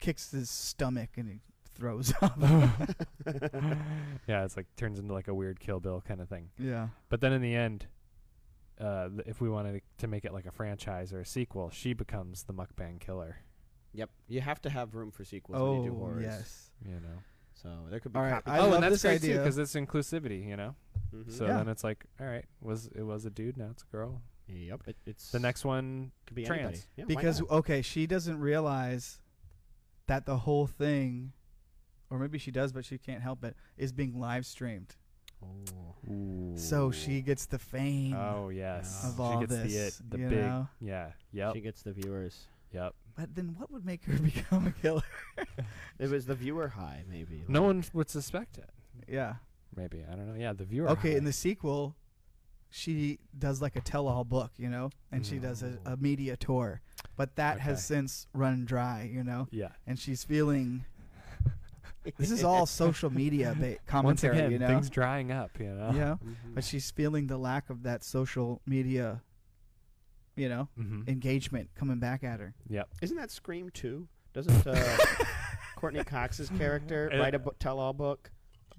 Speaker 1: kicks his stomach and he throws up.
Speaker 3: Mm-hmm.
Speaker 2: yeah, it's like turns into like a weird Kill Bill kind of thing.
Speaker 1: yeah.
Speaker 2: But then in the end, uh, th- if we wanted to make it like a franchise or a sequel, she becomes the mukbang killer.
Speaker 3: Yep. You have to have room for sequels when you do
Speaker 1: oh
Speaker 3: horrors.
Speaker 1: yes.
Speaker 2: You know.
Speaker 3: So there could be.
Speaker 1: All right,
Speaker 3: copy-
Speaker 1: I
Speaker 2: oh,
Speaker 1: love
Speaker 2: and that's
Speaker 1: this
Speaker 2: great too
Speaker 1: idea.
Speaker 2: because it's inclusivity. You know.
Speaker 3: Mhm.
Speaker 2: So
Speaker 1: Yeah.
Speaker 2: then it's like, all right, was it was a dude? Now it's a girl.
Speaker 3: Yep. It, it's
Speaker 2: The next one,
Speaker 3: could be
Speaker 2: trans.
Speaker 3: anybody. Yeah, why
Speaker 1: Because
Speaker 3: not?
Speaker 1: okay, she doesn't realize that the whole thing, or maybe she does, but she can't help it, is being live streamed.
Speaker 3: Oh.
Speaker 1: So she gets the fame
Speaker 2: Oh yes,
Speaker 1: of
Speaker 2: she
Speaker 1: all
Speaker 2: gets
Speaker 1: this.
Speaker 2: the it, the
Speaker 1: you
Speaker 2: big,
Speaker 1: know?
Speaker 2: yeah, yep,
Speaker 3: She gets the viewers.
Speaker 2: yep.
Speaker 1: But then, what would make her become a killer?
Speaker 3: It was the viewer high, maybe.
Speaker 2: No
Speaker 3: like-
Speaker 2: one would suspect it.
Speaker 1: yeah.
Speaker 2: Maybe I don't know. Yeah, the viewer.
Speaker 1: Okay, in
Speaker 2: high.
Speaker 1: the sequel, she does like a tell-all book, you know, and she does a, a media tour, but that
Speaker 2: Okay.
Speaker 1: has since run dry, you know,
Speaker 2: yeah.
Speaker 1: and she's feeling this is all social media ba-
Speaker 2: Once
Speaker 1: commentary,
Speaker 2: again,
Speaker 1: you know,
Speaker 2: things uh, drying up. You know.
Speaker 1: you know,
Speaker 3: Mhm.
Speaker 1: but she's feeling the lack of that social media, you know,
Speaker 2: hmm
Speaker 1: engagement coming back at her.
Speaker 2: Yep.
Speaker 3: Isn't that Scream too? Doesn't uh, Courtney Cox's character
Speaker 2: Uh,
Speaker 3: write a bo- tell-all book?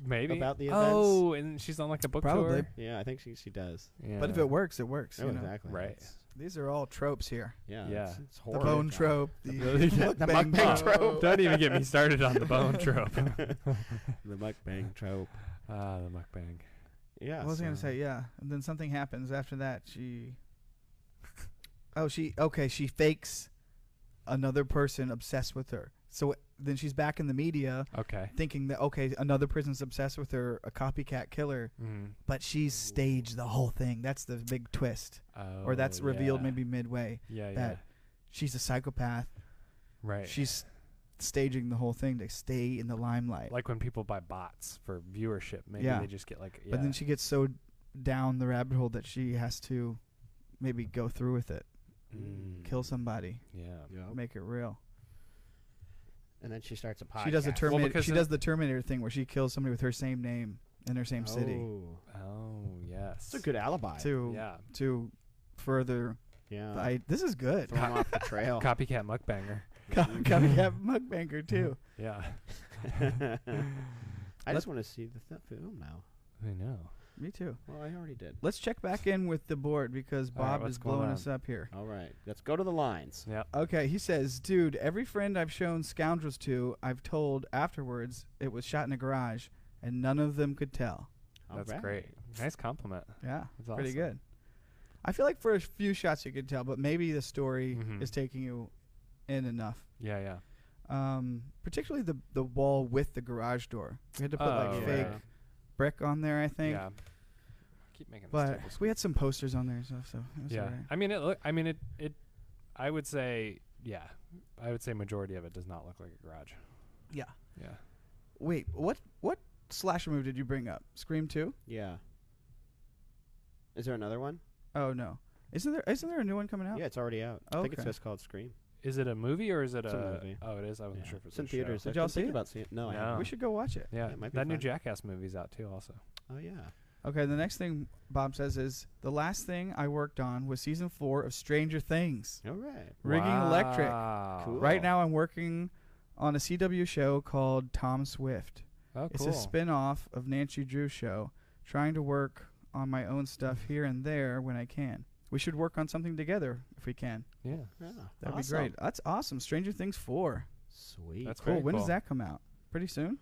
Speaker 2: Maybe
Speaker 3: About the events?
Speaker 2: Oh, and she's on like a book
Speaker 1: Probably.
Speaker 2: tour.
Speaker 3: Yeah, I think she she does.
Speaker 2: Yeah.
Speaker 1: But if it works, it works.
Speaker 3: Oh,
Speaker 1: you know?
Speaker 3: exactly.
Speaker 2: Right.
Speaker 3: It's-
Speaker 1: These are all tropes here:
Speaker 3: yeah.
Speaker 2: Yeah.
Speaker 3: It's, it's
Speaker 1: the
Speaker 3: horror.
Speaker 1: bone
Speaker 3: genre.
Speaker 1: trope, the, mukbang
Speaker 3: mukbang
Speaker 1: trope.
Speaker 3: trope.
Speaker 2: Don't even get me started on the bone trope.
Speaker 3: The mukbang trope.
Speaker 2: Ah, the mukbang.
Speaker 3: Yeah.
Speaker 1: What was I gonna
Speaker 3: so-
Speaker 1: say? Yeah, and then something happens after that. She, oh, she okay. She fakes another person obsessed with her. So then she's back in the media,
Speaker 2: Okay.
Speaker 1: thinking that okay, another person's obsessed with her, a copycat killer.
Speaker 2: Mm.
Speaker 1: But she's staged the whole thing. That's the big twist,
Speaker 2: Oh,
Speaker 1: or that's revealed
Speaker 2: yeah.
Speaker 1: maybe midway.
Speaker 2: Yeah. Yeah.
Speaker 1: that- She's a psychopath.
Speaker 2: Right.
Speaker 1: She's staging the whole thing to stay in the limelight.
Speaker 2: like when people buy bots for viewership, maybe
Speaker 1: Yeah.
Speaker 2: they just get like. Yeah.
Speaker 1: But then she gets so down the rabbit hole that she has to maybe go through with it,
Speaker 2: Mm. Oh.
Speaker 1: kill somebody.
Speaker 2: Yeah.
Speaker 3: Yup.
Speaker 1: make it real.
Speaker 3: And then she starts a podcast.
Speaker 1: She does a
Speaker 2: Well,
Speaker 1: Terminator.
Speaker 2: because
Speaker 1: she
Speaker 2: of-
Speaker 1: does the Terminator thing where she kills somebody with her same name in her same city
Speaker 3: Oh.
Speaker 2: Oh yes.
Speaker 3: It's a good alibi.
Speaker 1: to
Speaker 2: Yeah. Uh,
Speaker 1: to further.
Speaker 3: Yeah.
Speaker 1: the I, this is good.
Speaker 3: Throw 'em off the
Speaker 1: Oh.
Speaker 3: trail.
Speaker 2: Copycat mukbanger.
Speaker 1: Gotta gotta have mukbanger too.
Speaker 2: Yeah.
Speaker 3: I just want to see the th- film now.
Speaker 2: I know.
Speaker 1: Me too.
Speaker 3: Well, I already did.
Speaker 1: Let's check back in with the board because
Speaker 2: All right,
Speaker 1: Bob
Speaker 2: what's
Speaker 1: is
Speaker 2: going
Speaker 1: blowing
Speaker 2: on?
Speaker 1: us up here.
Speaker 3: All right. Let's go to the lines.
Speaker 2: Yep.
Speaker 1: Okay, he says, "Dude, every friend I've shown scoundrels to, I've told afterwards it was shot in a garage, and none of them could tell."
Speaker 3: All
Speaker 2: That's
Speaker 3: right.
Speaker 2: great. Nice compliment.
Speaker 1: Yeah,
Speaker 2: That's
Speaker 1: pretty
Speaker 2: awesome.
Speaker 1: good. I feel like for a few shots you could tell, but maybe the story
Speaker 2: Mhm.
Speaker 1: is taking you in enough.
Speaker 2: Yeah. Yeah.
Speaker 1: um, particularly the the wall with the garage door. We had to put
Speaker 2: Oh,
Speaker 1: like fake
Speaker 2: yeah.
Speaker 1: brick on there, I think.
Speaker 2: Yeah. Keep making this
Speaker 1: But
Speaker 2: table
Speaker 1: we
Speaker 2: squeak.
Speaker 1: had some posters on there and stuff, so it was
Speaker 2: yeah.
Speaker 1: alright.
Speaker 2: I mean it. Look. I mean it. It. I would say. Yeah. I would say majority of it does not look like a garage.
Speaker 1: Yeah.
Speaker 2: Yeah.
Speaker 1: Wait, what what slasher movie did you bring up? Scream Two.
Speaker 3: Yeah. Is there another one?
Speaker 1: Oh no, isn't there? Isn't there a new one coming out?
Speaker 3: Yeah, it's already out. I think it's
Speaker 1: Okay.
Speaker 3: just called Scream.
Speaker 2: Is it a movie or is it
Speaker 3: It's
Speaker 2: a,
Speaker 3: a movie.
Speaker 2: Oh, it is. I wasn't
Speaker 3: Yeah.
Speaker 2: sure if
Speaker 3: it's
Speaker 2: it's
Speaker 3: in theaters.
Speaker 1: Did
Speaker 3: I've
Speaker 1: y'all
Speaker 3: been
Speaker 1: see
Speaker 3: thinking
Speaker 1: it?
Speaker 3: about seeing it. No, I
Speaker 2: No.
Speaker 3: haven't.
Speaker 1: We should go watch it.
Speaker 2: Yeah,
Speaker 3: Yeah, it might be
Speaker 2: that new
Speaker 3: fun.
Speaker 2: Jackass movie's out too. Also,
Speaker 3: Oh yeah.
Speaker 1: Okay. The next thing Bob says is the last thing I worked on was season four of Stranger Things.
Speaker 3: All right.
Speaker 1: Rigging Electric.
Speaker 2: Wow.
Speaker 3: Cool.
Speaker 1: Right now, I'm working on a CW show called Tom Swift.
Speaker 2: Oh, cool.
Speaker 1: It's a spin-off of Nancy Drew show. Trying to work on my own stuff here and there when I can. We should work on something together if we can.
Speaker 2: yeah,
Speaker 3: Yeah.
Speaker 1: That'd
Speaker 3: awesome.
Speaker 1: be great. That's awesome. Stranger Things 4.
Speaker 3: Sweet.
Speaker 2: that's
Speaker 1: Cool.
Speaker 2: very
Speaker 1: When
Speaker 2: cool.
Speaker 1: does that come out? Pretty soon?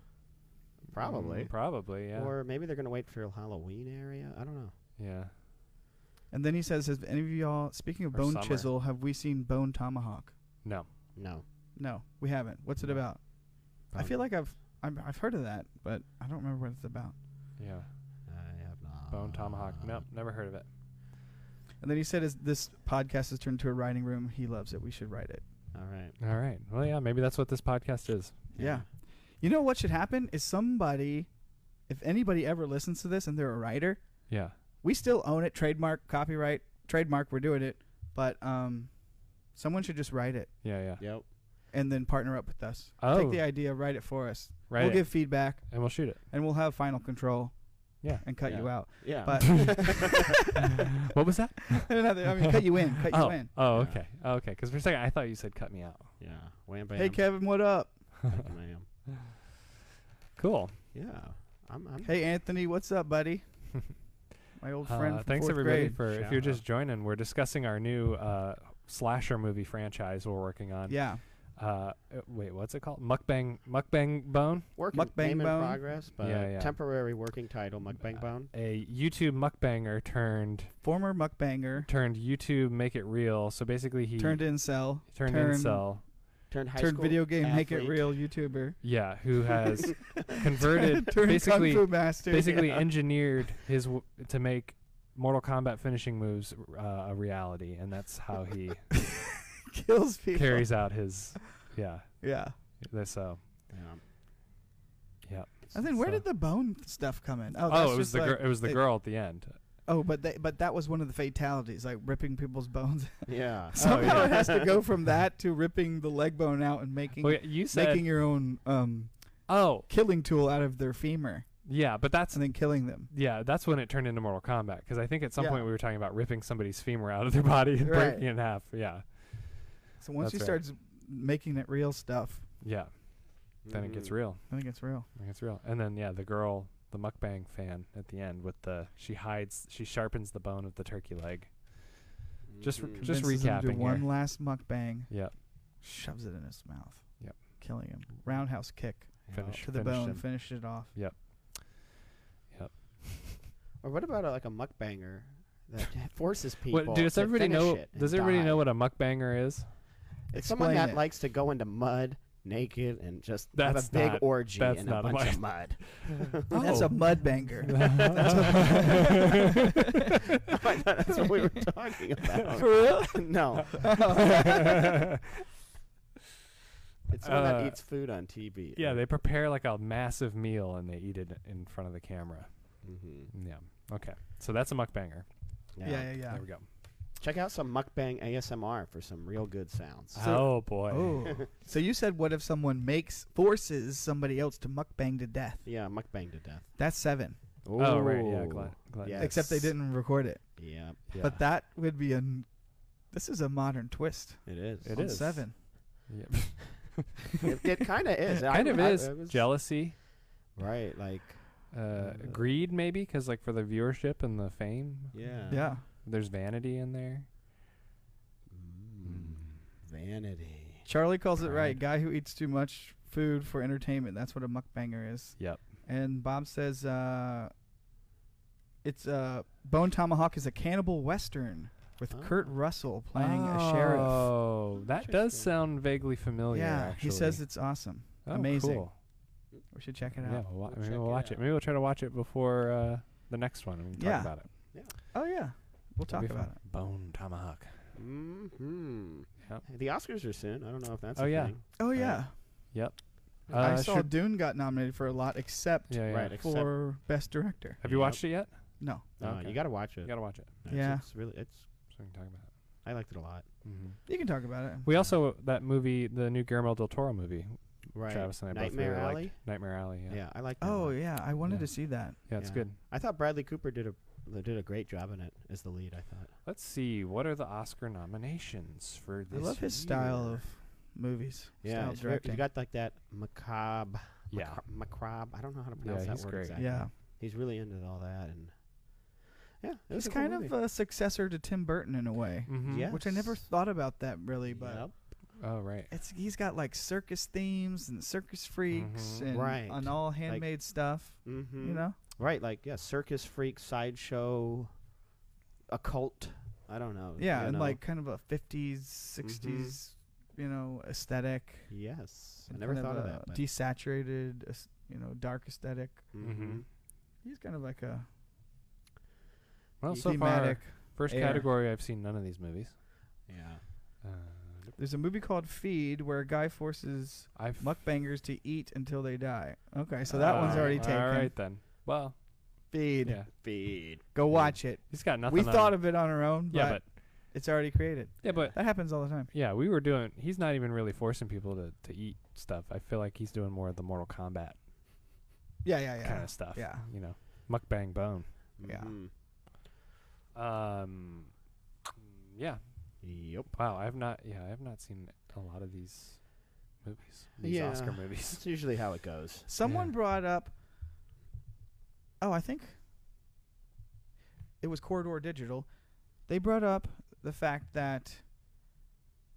Speaker 3: probably.
Speaker 2: Mm, probably. Yeah.
Speaker 3: Or maybe they're gonna wait for a Halloween area. I don't know.
Speaker 2: yeah.
Speaker 1: And then he says, Have any of y'all, speaking of
Speaker 2: Or
Speaker 1: Bone
Speaker 2: summer.
Speaker 1: Chisel, have we seen Bone Tomahawk?
Speaker 2: No.
Speaker 3: No.
Speaker 1: No, we haven't. What's it
Speaker 2: No.
Speaker 1: about? I
Speaker 3: Bone-
Speaker 1: feel like I've I'm, I've heard of that, but I don't remember what it's about.
Speaker 2: Yeah.
Speaker 3: I have not.
Speaker 2: Bone tomahawk.
Speaker 3: Um,
Speaker 2: No, never heard of it.
Speaker 1: And then he said, "Is this podcast has turned into a writing room? He loves it. We should write it."
Speaker 3: All right.
Speaker 2: All right. Well, yeah. Maybe that's what this podcast is.
Speaker 1: Yeah. You know what should happen is somebody, if anybody ever listens to this and they're a writer,
Speaker 2: Yeah.
Speaker 1: we still own it, trademark, copyright, trademark. We're doing it, but um, someone should just write it
Speaker 2: Yeah. Yeah.
Speaker 3: Yep.
Speaker 1: and then partner up with us.
Speaker 2: Oh,
Speaker 1: Take the idea, write it for us.
Speaker 2: right.
Speaker 1: We'll give feedback
Speaker 2: and we'll shoot it.
Speaker 1: and we'll have final control.
Speaker 2: Yeah.
Speaker 1: and cut you
Speaker 3: Yeah.
Speaker 1: out.
Speaker 3: Yeah.
Speaker 1: But
Speaker 2: what was that?
Speaker 1: Another- I mean, cut you in, cut you
Speaker 2: oh.
Speaker 1: in.
Speaker 2: Oh,
Speaker 3: Yeah.
Speaker 2: okay. Oh, okay. Because for a second, I thought you said cut me out.
Speaker 3: yeah. Wham bam.
Speaker 1: Hey, Kevin, what up?
Speaker 3: Thank you, ma'am.
Speaker 2: Cool.
Speaker 3: Yeah. I'm. I'm
Speaker 1: Hey, Anthony, what's up, buddy? My old friend.
Speaker 2: Uh,
Speaker 1: from
Speaker 2: thanks
Speaker 1: fourth
Speaker 2: everybody
Speaker 1: grade.
Speaker 2: for if
Speaker 3: Shout
Speaker 2: you're
Speaker 3: out.
Speaker 2: just joining. We're discussing our new uh, slasher movie franchise we're working on.
Speaker 1: Yeah,
Speaker 2: Uh, uh, wait, what's it called? Mukbang Mukbang Bone,
Speaker 3: working
Speaker 1: Mukbang
Speaker 3: name
Speaker 1: Bone. Uh,
Speaker 3: in progress, but
Speaker 2: Yeah, yeah.
Speaker 3: temporary working title Mukbang Bone.
Speaker 2: a YouTube mukbanger turned
Speaker 1: former mukbanger
Speaker 2: turned YouTube Make It Real. So basically, he
Speaker 1: turned incel,
Speaker 2: turned
Speaker 1: turned-
Speaker 2: incel.
Speaker 3: Turned high
Speaker 1: turned
Speaker 3: school
Speaker 1: video game, make it
Speaker 3: athlete.
Speaker 1: real YouTuber,
Speaker 2: Yeah, who has converted
Speaker 1: turned
Speaker 2: basically
Speaker 1: kung fu master.
Speaker 2: basically engineered his w- to make Mortal Kombat finishing moves uh, a reality, and that's how he
Speaker 1: kills people.
Speaker 2: carries out his yeah.
Speaker 1: Yeah.
Speaker 2: That's so
Speaker 3: Yeah.
Speaker 2: yeah.
Speaker 1: And then where
Speaker 2: So-
Speaker 1: did the bone stuff come in? Oh,
Speaker 2: Oh,
Speaker 1: that's
Speaker 2: it was
Speaker 1: just
Speaker 2: the
Speaker 1: like-
Speaker 2: girl. It was the
Speaker 1: they-
Speaker 2: girl at the end.
Speaker 1: Oh, but they, but that was one of the fatalities, like ripping people's bones.
Speaker 3: Yeah.
Speaker 1: Somehow
Speaker 2: Oh, yeah.
Speaker 1: it has to go from that to ripping the leg bone out and making
Speaker 2: Well, you said.
Speaker 1: making your own um,
Speaker 2: oh,
Speaker 1: killing tool out of their femur
Speaker 2: yeah, but that's
Speaker 1: and then killing them.
Speaker 2: yeah, that's when it turned into Mortal Kombat because I think at some
Speaker 1: Yeah.
Speaker 2: point we were talking about ripping somebody's femur out of their body and
Speaker 1: Right.
Speaker 2: breaking it in half. Yeah,
Speaker 1: So once you
Speaker 2: That's
Speaker 1: start
Speaker 2: right.
Speaker 1: s making it real stuff,
Speaker 2: yeah. Then it gets
Speaker 3: Mm.
Speaker 2: real.
Speaker 1: I think it's real.
Speaker 2: It gets real. And then yeah, the girl, the mukbang fan at the end with the she hides, she sharpens the bone of the turkey leg. Just-
Speaker 3: Mhm.
Speaker 2: just-
Speaker 1: Convinces him to do
Speaker 2: recapping
Speaker 1: one
Speaker 2: here.
Speaker 1: last mukbang,
Speaker 2: Yep.
Speaker 1: shoves it in his mouth.
Speaker 2: Yep.
Speaker 1: Killing him. Roundhouse kick
Speaker 3: Yeah.
Speaker 1: to
Speaker 2: Finish.
Speaker 1: the
Speaker 2: Finished
Speaker 1: bone,
Speaker 2: him.
Speaker 1: finished it off.
Speaker 3: Or what about a, like a mukbanger that forces people?
Speaker 2: What, does
Speaker 3: to
Speaker 2: everybody
Speaker 3: finish
Speaker 2: know?
Speaker 3: it and
Speaker 2: Does everybody
Speaker 3: die?
Speaker 2: know what a mukbanger is?
Speaker 3: It's someone
Speaker 1: Explain
Speaker 3: that
Speaker 1: it.
Speaker 3: likes to go into mud naked and just have
Speaker 2: That's
Speaker 3: a big
Speaker 2: not-
Speaker 3: orgy
Speaker 2: that's
Speaker 3: in a
Speaker 2: not a
Speaker 3: bunch of mud.
Speaker 1: That's a
Speaker 2: Oh.
Speaker 1: mud banger.
Speaker 3: I thought that's what we were talking about. no, it's someone
Speaker 2: Uh,
Speaker 3: that eats food on TV.
Speaker 2: yeah, they prepare like a massive meal and they eat it in front of the camera.
Speaker 3: Mm-hmm.
Speaker 2: Yeah. Okay. So that's a mukbanger.
Speaker 1: yeah, yeah, yeah.
Speaker 2: There we go.
Speaker 3: Check out some mukbang ASMR for some real good sounds.
Speaker 2: oh boy.
Speaker 1: Oh. so you said what if someone makes forces somebody else to mukbang to death?
Speaker 3: Yeah, mukbang to death.
Speaker 1: That's seven.
Speaker 2: Oh, right. Yeah. Glad.
Speaker 3: Yeah.
Speaker 1: Except they
Speaker 3: Yes.
Speaker 1: didn't record it.
Speaker 3: Yeah,
Speaker 1: But that would be a. n- This is a modern twist.
Speaker 3: it is.
Speaker 2: It
Speaker 1: on
Speaker 2: is.
Speaker 1: seven.
Speaker 3: it kind of is.
Speaker 2: kind
Speaker 3: I-
Speaker 2: of
Speaker 3: I-
Speaker 2: is
Speaker 3: I was-
Speaker 2: jealousy,
Speaker 3: Right, like
Speaker 2: uh,
Speaker 3: Uh,
Speaker 2: greed maybe, because like for the viewership and the fame,
Speaker 3: yeah.
Speaker 1: Yeah.
Speaker 2: there's vanity in there.
Speaker 3: Mm, vanity.
Speaker 1: Charlie calls it right.
Speaker 2: Pride.
Speaker 1: Guy who eats too much food for entertainment. That's what a mukbanger is.
Speaker 2: Yep.
Speaker 1: And Bob says, uh, it's uh, Bone Tomahawk is a cannibal western with Kurt
Speaker 3: Oh.
Speaker 1: Russell playing a sheriff.
Speaker 2: Oh, that does
Speaker 3: Interesting.
Speaker 2: sound vaguely familiar.
Speaker 1: yeah,
Speaker 2: actually.
Speaker 1: he says it's awesome.
Speaker 2: Oh,
Speaker 1: amazing.
Speaker 2: cool.
Speaker 1: We should check it
Speaker 2: Yeah,
Speaker 1: out.
Speaker 2: we'll, wa-
Speaker 3: We'll
Speaker 2: maybe
Speaker 3: check
Speaker 2: we'll
Speaker 3: it
Speaker 2: watch it.
Speaker 3: out.
Speaker 2: Maybe we'll try to watch it before uh, the next one and we can
Speaker 1: Yeah.
Speaker 2: talk about it.
Speaker 1: Oh yeah, we'll talk about it.
Speaker 2: Bone tomahawk.
Speaker 3: hmm
Speaker 2: Yep.
Speaker 3: The Oscars are soon. I don't know if that's.
Speaker 2: Oh,
Speaker 3: a
Speaker 2: yeah.
Speaker 3: thing.
Speaker 1: Oh
Speaker 3: Right.
Speaker 1: yeah,
Speaker 2: Yep.
Speaker 1: I
Speaker 2: Uh,
Speaker 1: saw
Speaker 2: should-
Speaker 1: Dune got nominated for a lot except
Speaker 2: Yeah, yeah.
Speaker 3: Right. except-
Speaker 1: for best director.
Speaker 2: Have you
Speaker 3: Yep.
Speaker 2: watched it yet?
Speaker 1: No.
Speaker 3: No,
Speaker 2: Okay.
Speaker 3: Uh, you got to watch it.
Speaker 2: You gotta watch it,
Speaker 3: It's-
Speaker 1: Yeah.
Speaker 3: it's really it's.
Speaker 2: so we can talk about
Speaker 3: I liked it a lot.
Speaker 2: it. Mm-hmm.
Speaker 1: You can talk about it.
Speaker 2: We also that movie, the new Guillermo del Toro movie,
Speaker 3: Right.
Speaker 2: Travis and I
Speaker 3: Nightmare
Speaker 2: both really
Speaker 3: Alley.
Speaker 2: liked. Nightmare Alley. Yeah,
Speaker 3: Yeah. I liked. that
Speaker 1: Oh
Speaker 3: one.
Speaker 1: yeah, I wanted
Speaker 2: Yeah.
Speaker 1: to see that.
Speaker 2: Yeah, it's
Speaker 3: Yeah.
Speaker 2: good.
Speaker 3: I thought Bradley Cooper did a did a great job in it as the lead. I thought.
Speaker 2: Let's see what are the Oscar nominations for
Speaker 1: I
Speaker 2: this.
Speaker 1: love his style
Speaker 2: year?
Speaker 1: of movies.
Speaker 3: Yeah.
Speaker 1: style
Speaker 3: it's very-
Speaker 1: directing.
Speaker 3: He got like that macabre.
Speaker 2: yeah.
Speaker 3: maca- Macabre. I don't know how to pronounce that
Speaker 2: he's
Speaker 3: word
Speaker 2: great.
Speaker 3: exactly.
Speaker 1: yeah,
Speaker 3: He's really into all that and. Yeah. It was
Speaker 1: he's
Speaker 3: a cool
Speaker 1: kind
Speaker 3: movie.
Speaker 1: of a successor to Tim Burton in a way,
Speaker 2: Mm-hmm.
Speaker 3: Yeah.
Speaker 1: which I never
Speaker 3: Yes.
Speaker 1: thought about that really, but.
Speaker 3: Yep.
Speaker 2: Oh right.
Speaker 1: It's he's got like circus themes and circus freaks
Speaker 2: Mhm.
Speaker 1: and
Speaker 3: Mm-hmm. Right.
Speaker 1: on all handmade stuff,
Speaker 3: Mm-hmm.
Speaker 1: you know.
Speaker 3: Right, like yeah, circus freak, sideshow, occult. I don't know.
Speaker 1: Yeah, and
Speaker 3: you know. Mm-hmm.
Speaker 1: like kind of a 50s, 60s, you know, aesthetic.
Speaker 3: yes, I
Speaker 1: and
Speaker 3: never
Speaker 1: kind
Speaker 3: thought of,
Speaker 1: a
Speaker 3: that. but-
Speaker 1: Desaturated, aes- you know, dark aesthetic.
Speaker 3: mm-hmm.
Speaker 2: Mhm.
Speaker 1: He's kind of like a
Speaker 2: Well, so far,
Speaker 1: thematic.
Speaker 2: first
Speaker 1: air.
Speaker 2: category I've seen none of these movies.
Speaker 3: Yeah.
Speaker 2: Uh,
Speaker 1: There's a movie called Feed where a guy forces
Speaker 2: I've
Speaker 1: mukbangers to eat until they die. Okay, so that one's
Speaker 2: Uh,
Speaker 1: already
Speaker 2: all
Speaker 1: taken.
Speaker 2: right then. Well,
Speaker 1: Feed.
Speaker 2: yeah,
Speaker 3: Feed.
Speaker 1: Go
Speaker 2: Yeah.
Speaker 1: watch it.
Speaker 2: he's got nothing.
Speaker 1: we
Speaker 2: on-
Speaker 1: thought of it on our own, but,
Speaker 2: yeah, but
Speaker 1: it's already created.
Speaker 2: yeah, but
Speaker 1: That happens all the time.
Speaker 2: yeah, we were doing. He's not even really forcing people to to eat stuff. I feel like he's doing more of the Mortal Kombat
Speaker 1: Yeah, yeah, yeah.
Speaker 2: kind of stuff.
Speaker 1: yeah.
Speaker 2: you know, mukbang bone.
Speaker 1: Yeah.
Speaker 3: Mhm.
Speaker 2: Um, yeah.
Speaker 3: Yep.
Speaker 2: Wow, I have not. Yeah, I have not seen a lot of these movies. These
Speaker 3: Yeah.
Speaker 2: Oscar movies.
Speaker 3: That's usually how it goes.
Speaker 1: Someone
Speaker 2: Yeah.
Speaker 1: brought up. Oh, I think it was Corridor Digital. They brought up the fact that,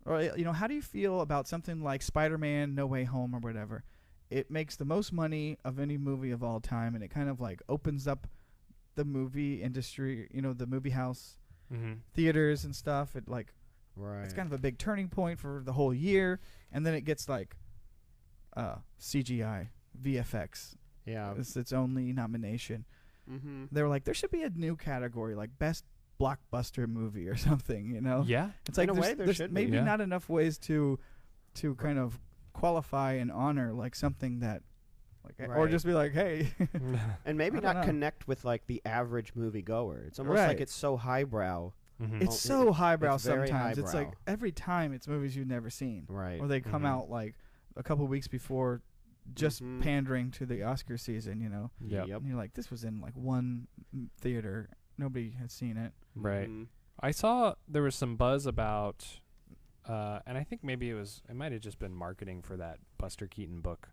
Speaker 1: or uh, you know, how do you feel about something like Spider-Man: No Way Home or whatever? It makes the most money of any movie of all time, and it kind of like opens up the movie industry. You know, the movie house
Speaker 2: Mm-hmm.
Speaker 1: theaters and stuff. It like
Speaker 3: Right.
Speaker 1: it's kind of a big turning point for the whole year, and then it gets like uh, CGI, VFX.
Speaker 3: yeah.
Speaker 1: It's its only nomination.
Speaker 3: Mm-hmm.
Speaker 1: They were like, there should be a new category, like best blockbuster movie or something. You know,
Speaker 2: Yeah.
Speaker 1: it's like
Speaker 3: In a
Speaker 1: there's,
Speaker 3: way, there
Speaker 1: there's
Speaker 3: should be.
Speaker 1: maybe
Speaker 2: Yeah.
Speaker 1: not enough ways to to kind of qualify and honor like something that like or
Speaker 3: Right. Mm,
Speaker 1: just be like, hey,
Speaker 2: Mm-hmm.
Speaker 3: And maybe
Speaker 1: I don't
Speaker 3: not
Speaker 1: know.
Speaker 3: connect with like the average moviegoer. It's almost
Speaker 1: Right.
Speaker 3: like it's so highbrow.
Speaker 2: Mhm.
Speaker 1: it's
Speaker 3: Well, it-
Speaker 1: so highbrow
Speaker 3: it's very
Speaker 1: sometimes. It's like
Speaker 3: highbrow.
Speaker 1: every time it's movies you've never seen.
Speaker 3: Right. Mm-hmm.
Speaker 1: or they come
Speaker 2: Mhm.
Speaker 1: out like a couple weeks before just
Speaker 3: Mhm.
Speaker 1: pandering to the Oscar season, you know.
Speaker 2: Yeah.
Speaker 3: Yep.
Speaker 1: And you're like this was in like one m- theater. Nobody had seen it.
Speaker 2: Right.
Speaker 3: Mhm.
Speaker 2: I saw there was some buzz about, uh, and I think maybe it was it might have just been marketing for that Buster Keaton book,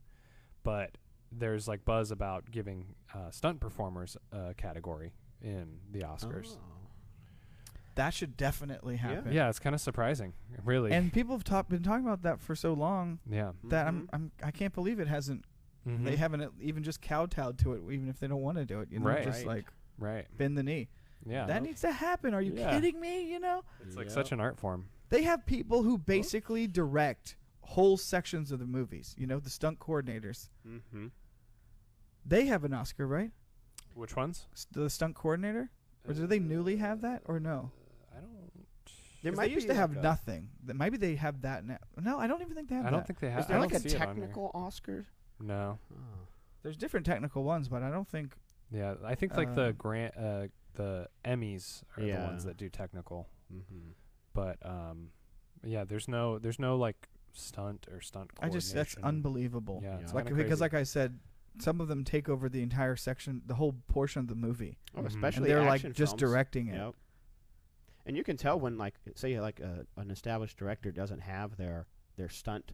Speaker 2: but there's like buzz about giving uh, stunt performers a category in the Oscars.
Speaker 3: Oh.
Speaker 1: That should definitely happen.
Speaker 2: Yeah, it's kind of surprising, really.
Speaker 1: And people have ta- been talking about that for so long
Speaker 2: yeah,
Speaker 1: that I'm,
Speaker 2: Mm-hmm.
Speaker 3: Mhm.
Speaker 1: I'm I can't believe it hasn't they
Speaker 2: Mhm.
Speaker 1: haven't e- even just kowtowed to it even if they don't want to do it, you know,
Speaker 2: Right.
Speaker 1: just
Speaker 3: Right.
Speaker 1: like
Speaker 2: right.
Speaker 1: bend the knee.
Speaker 2: Yeah,
Speaker 1: That
Speaker 3: Nope.
Speaker 1: needs to happen. Are you
Speaker 2: Yeah.
Speaker 1: kidding me, you know?
Speaker 3: Mm-hmm.
Speaker 2: it's like such
Speaker 3: Yep.
Speaker 2: an art form.
Speaker 1: They have people who basically direct whole sections of the movies, you know, the stunt coordinators.
Speaker 3: Mhm.
Speaker 1: They have an Oscar, right?
Speaker 2: Which ones?
Speaker 1: S- The stunt coordinator, or do they newly have that, or
Speaker 2: Uh,
Speaker 1: no?
Speaker 2: I don't.
Speaker 3: There
Speaker 1: 'Cause
Speaker 3: might
Speaker 1: they used
Speaker 3: be
Speaker 1: to have
Speaker 3: like a-
Speaker 1: nothing. Th- Maybe they have that now. No, I don't even think they have
Speaker 2: I don't
Speaker 1: that.
Speaker 2: think they have.
Speaker 3: Is there
Speaker 2: I
Speaker 3: like
Speaker 2: don't
Speaker 3: a
Speaker 2: see it on here.
Speaker 3: technical Oscars?
Speaker 2: No.
Speaker 3: Oh.
Speaker 1: There's different technical ones, but I don't think.
Speaker 2: Yeah, I think like the
Speaker 1: Um,
Speaker 2: grant, uh, the Emmys are the ones
Speaker 3: Yeah.
Speaker 2: that do technical.
Speaker 3: Mm-hmm.
Speaker 2: but um yeah there's no there's no like stunt or stunt
Speaker 1: I just that's
Speaker 2: coordination.
Speaker 1: unbelievable.
Speaker 2: yeah,
Speaker 3: Yeah.
Speaker 2: it's
Speaker 1: Like
Speaker 2: kinda
Speaker 1: because
Speaker 2: crazy.
Speaker 1: like I said, some of them take over the entire section, the whole portion of the movie,
Speaker 3: Oh,
Speaker 2: Mhm.
Speaker 1: Mm-hmm. and
Speaker 3: especially
Speaker 1: they're like
Speaker 3: action
Speaker 1: just
Speaker 3: films.
Speaker 1: directing it.
Speaker 3: Yep. And you can tell when, like, say, like a, an established director doesn't have their their stunt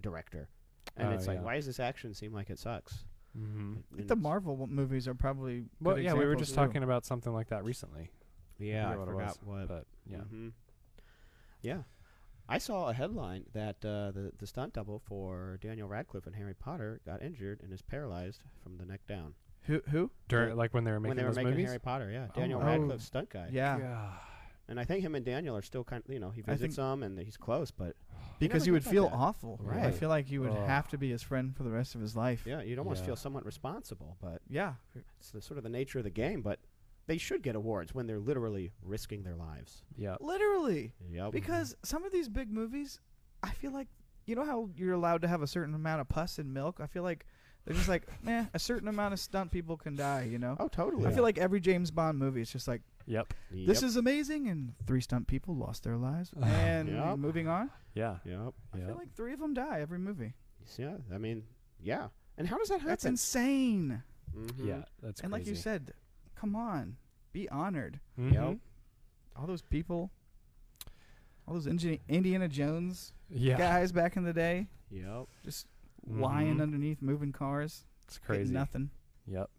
Speaker 3: director, and
Speaker 2: Oh,
Speaker 3: it's like,
Speaker 2: yeah.
Speaker 3: why does this action seem like it sucks?
Speaker 2: Mhm.
Speaker 1: I think
Speaker 3: And
Speaker 1: the
Speaker 3: it's-
Speaker 1: Marvel w- movies are probably.
Speaker 2: well
Speaker 1: good
Speaker 2: yeah we were
Speaker 1: examples,
Speaker 2: just
Speaker 1: too.
Speaker 2: talking about something like that recently
Speaker 3: Yeah, I
Speaker 2: forget what it
Speaker 3: forgot what.
Speaker 2: but yeah
Speaker 1: Mm-hmm.
Speaker 3: mhm. Yeah. I saw a headline that uh, the the stunt double for Daniel Radcliffe and Harry Potter got injured and is paralyzed from the neck down
Speaker 1: Who? Who?
Speaker 2: during
Speaker 3: Yeah.
Speaker 2: like when they were making
Speaker 3: when they were
Speaker 2: those
Speaker 3: making
Speaker 2: movies
Speaker 3: Harry Potter. Yeah,
Speaker 2: Oh
Speaker 3: Daniel
Speaker 1: my-
Speaker 3: Radcliffe's
Speaker 1: Oh.
Speaker 3: stunt guy.
Speaker 1: Yeah.
Speaker 3: And I think him and Daniel are still kind of, you know, he
Speaker 1: I think-
Speaker 3: visits them and he's close, but
Speaker 1: Because
Speaker 3: never
Speaker 1: you would
Speaker 3: get like
Speaker 1: feel
Speaker 3: that.
Speaker 1: awful. I
Speaker 3: Right.
Speaker 1: feel like you would
Speaker 2: Ugh.
Speaker 1: have to be his friend for the rest of his life.
Speaker 3: yeah, you'd almost
Speaker 2: Yeah.
Speaker 3: feel somewhat responsible. But
Speaker 1: Yeah.
Speaker 3: it's the, sort of the nature of the game, but they should get awards when they're literally risking their lives.
Speaker 2: yeah
Speaker 1: Literally.
Speaker 3: Yep.
Speaker 1: Because
Speaker 3: Mm-hmm.
Speaker 1: some of these big movies, I feel like you know how you're allowed to have a certain amount of pus in milk. I feel like They're just like, eh, a certain amount of stunt people can die, you know?
Speaker 3: Oh, totally.
Speaker 1: I feel like every James Bond movie is just like,
Speaker 2: Yep.
Speaker 1: this is amazing, and three stunt people lost their lives.
Speaker 2: Uh,
Speaker 1: And
Speaker 3: Yep.
Speaker 1: moving on,
Speaker 2: Yeah.
Speaker 3: Yep.
Speaker 1: I
Speaker 2: Yeah.
Speaker 1: feel like three of them die every movie.
Speaker 3: Yeah. I mean, yeah. And how does that happen?
Speaker 1: That's insane.
Speaker 3: Mhm.
Speaker 2: yeah. That's
Speaker 1: mm-hmm. and like you
Speaker 2: crazy.
Speaker 1: said, come on, be honored.
Speaker 2: Mhm.
Speaker 1: All those people, all those Indi- Indiana Jones
Speaker 2: Yeah.
Speaker 1: guys back in the day,
Speaker 3: Yep.
Speaker 1: just lying
Speaker 2: Mhm.
Speaker 1: underneath moving cars,
Speaker 2: It's
Speaker 1: getting
Speaker 2: crazy.
Speaker 1: nothing.
Speaker 2: Yep.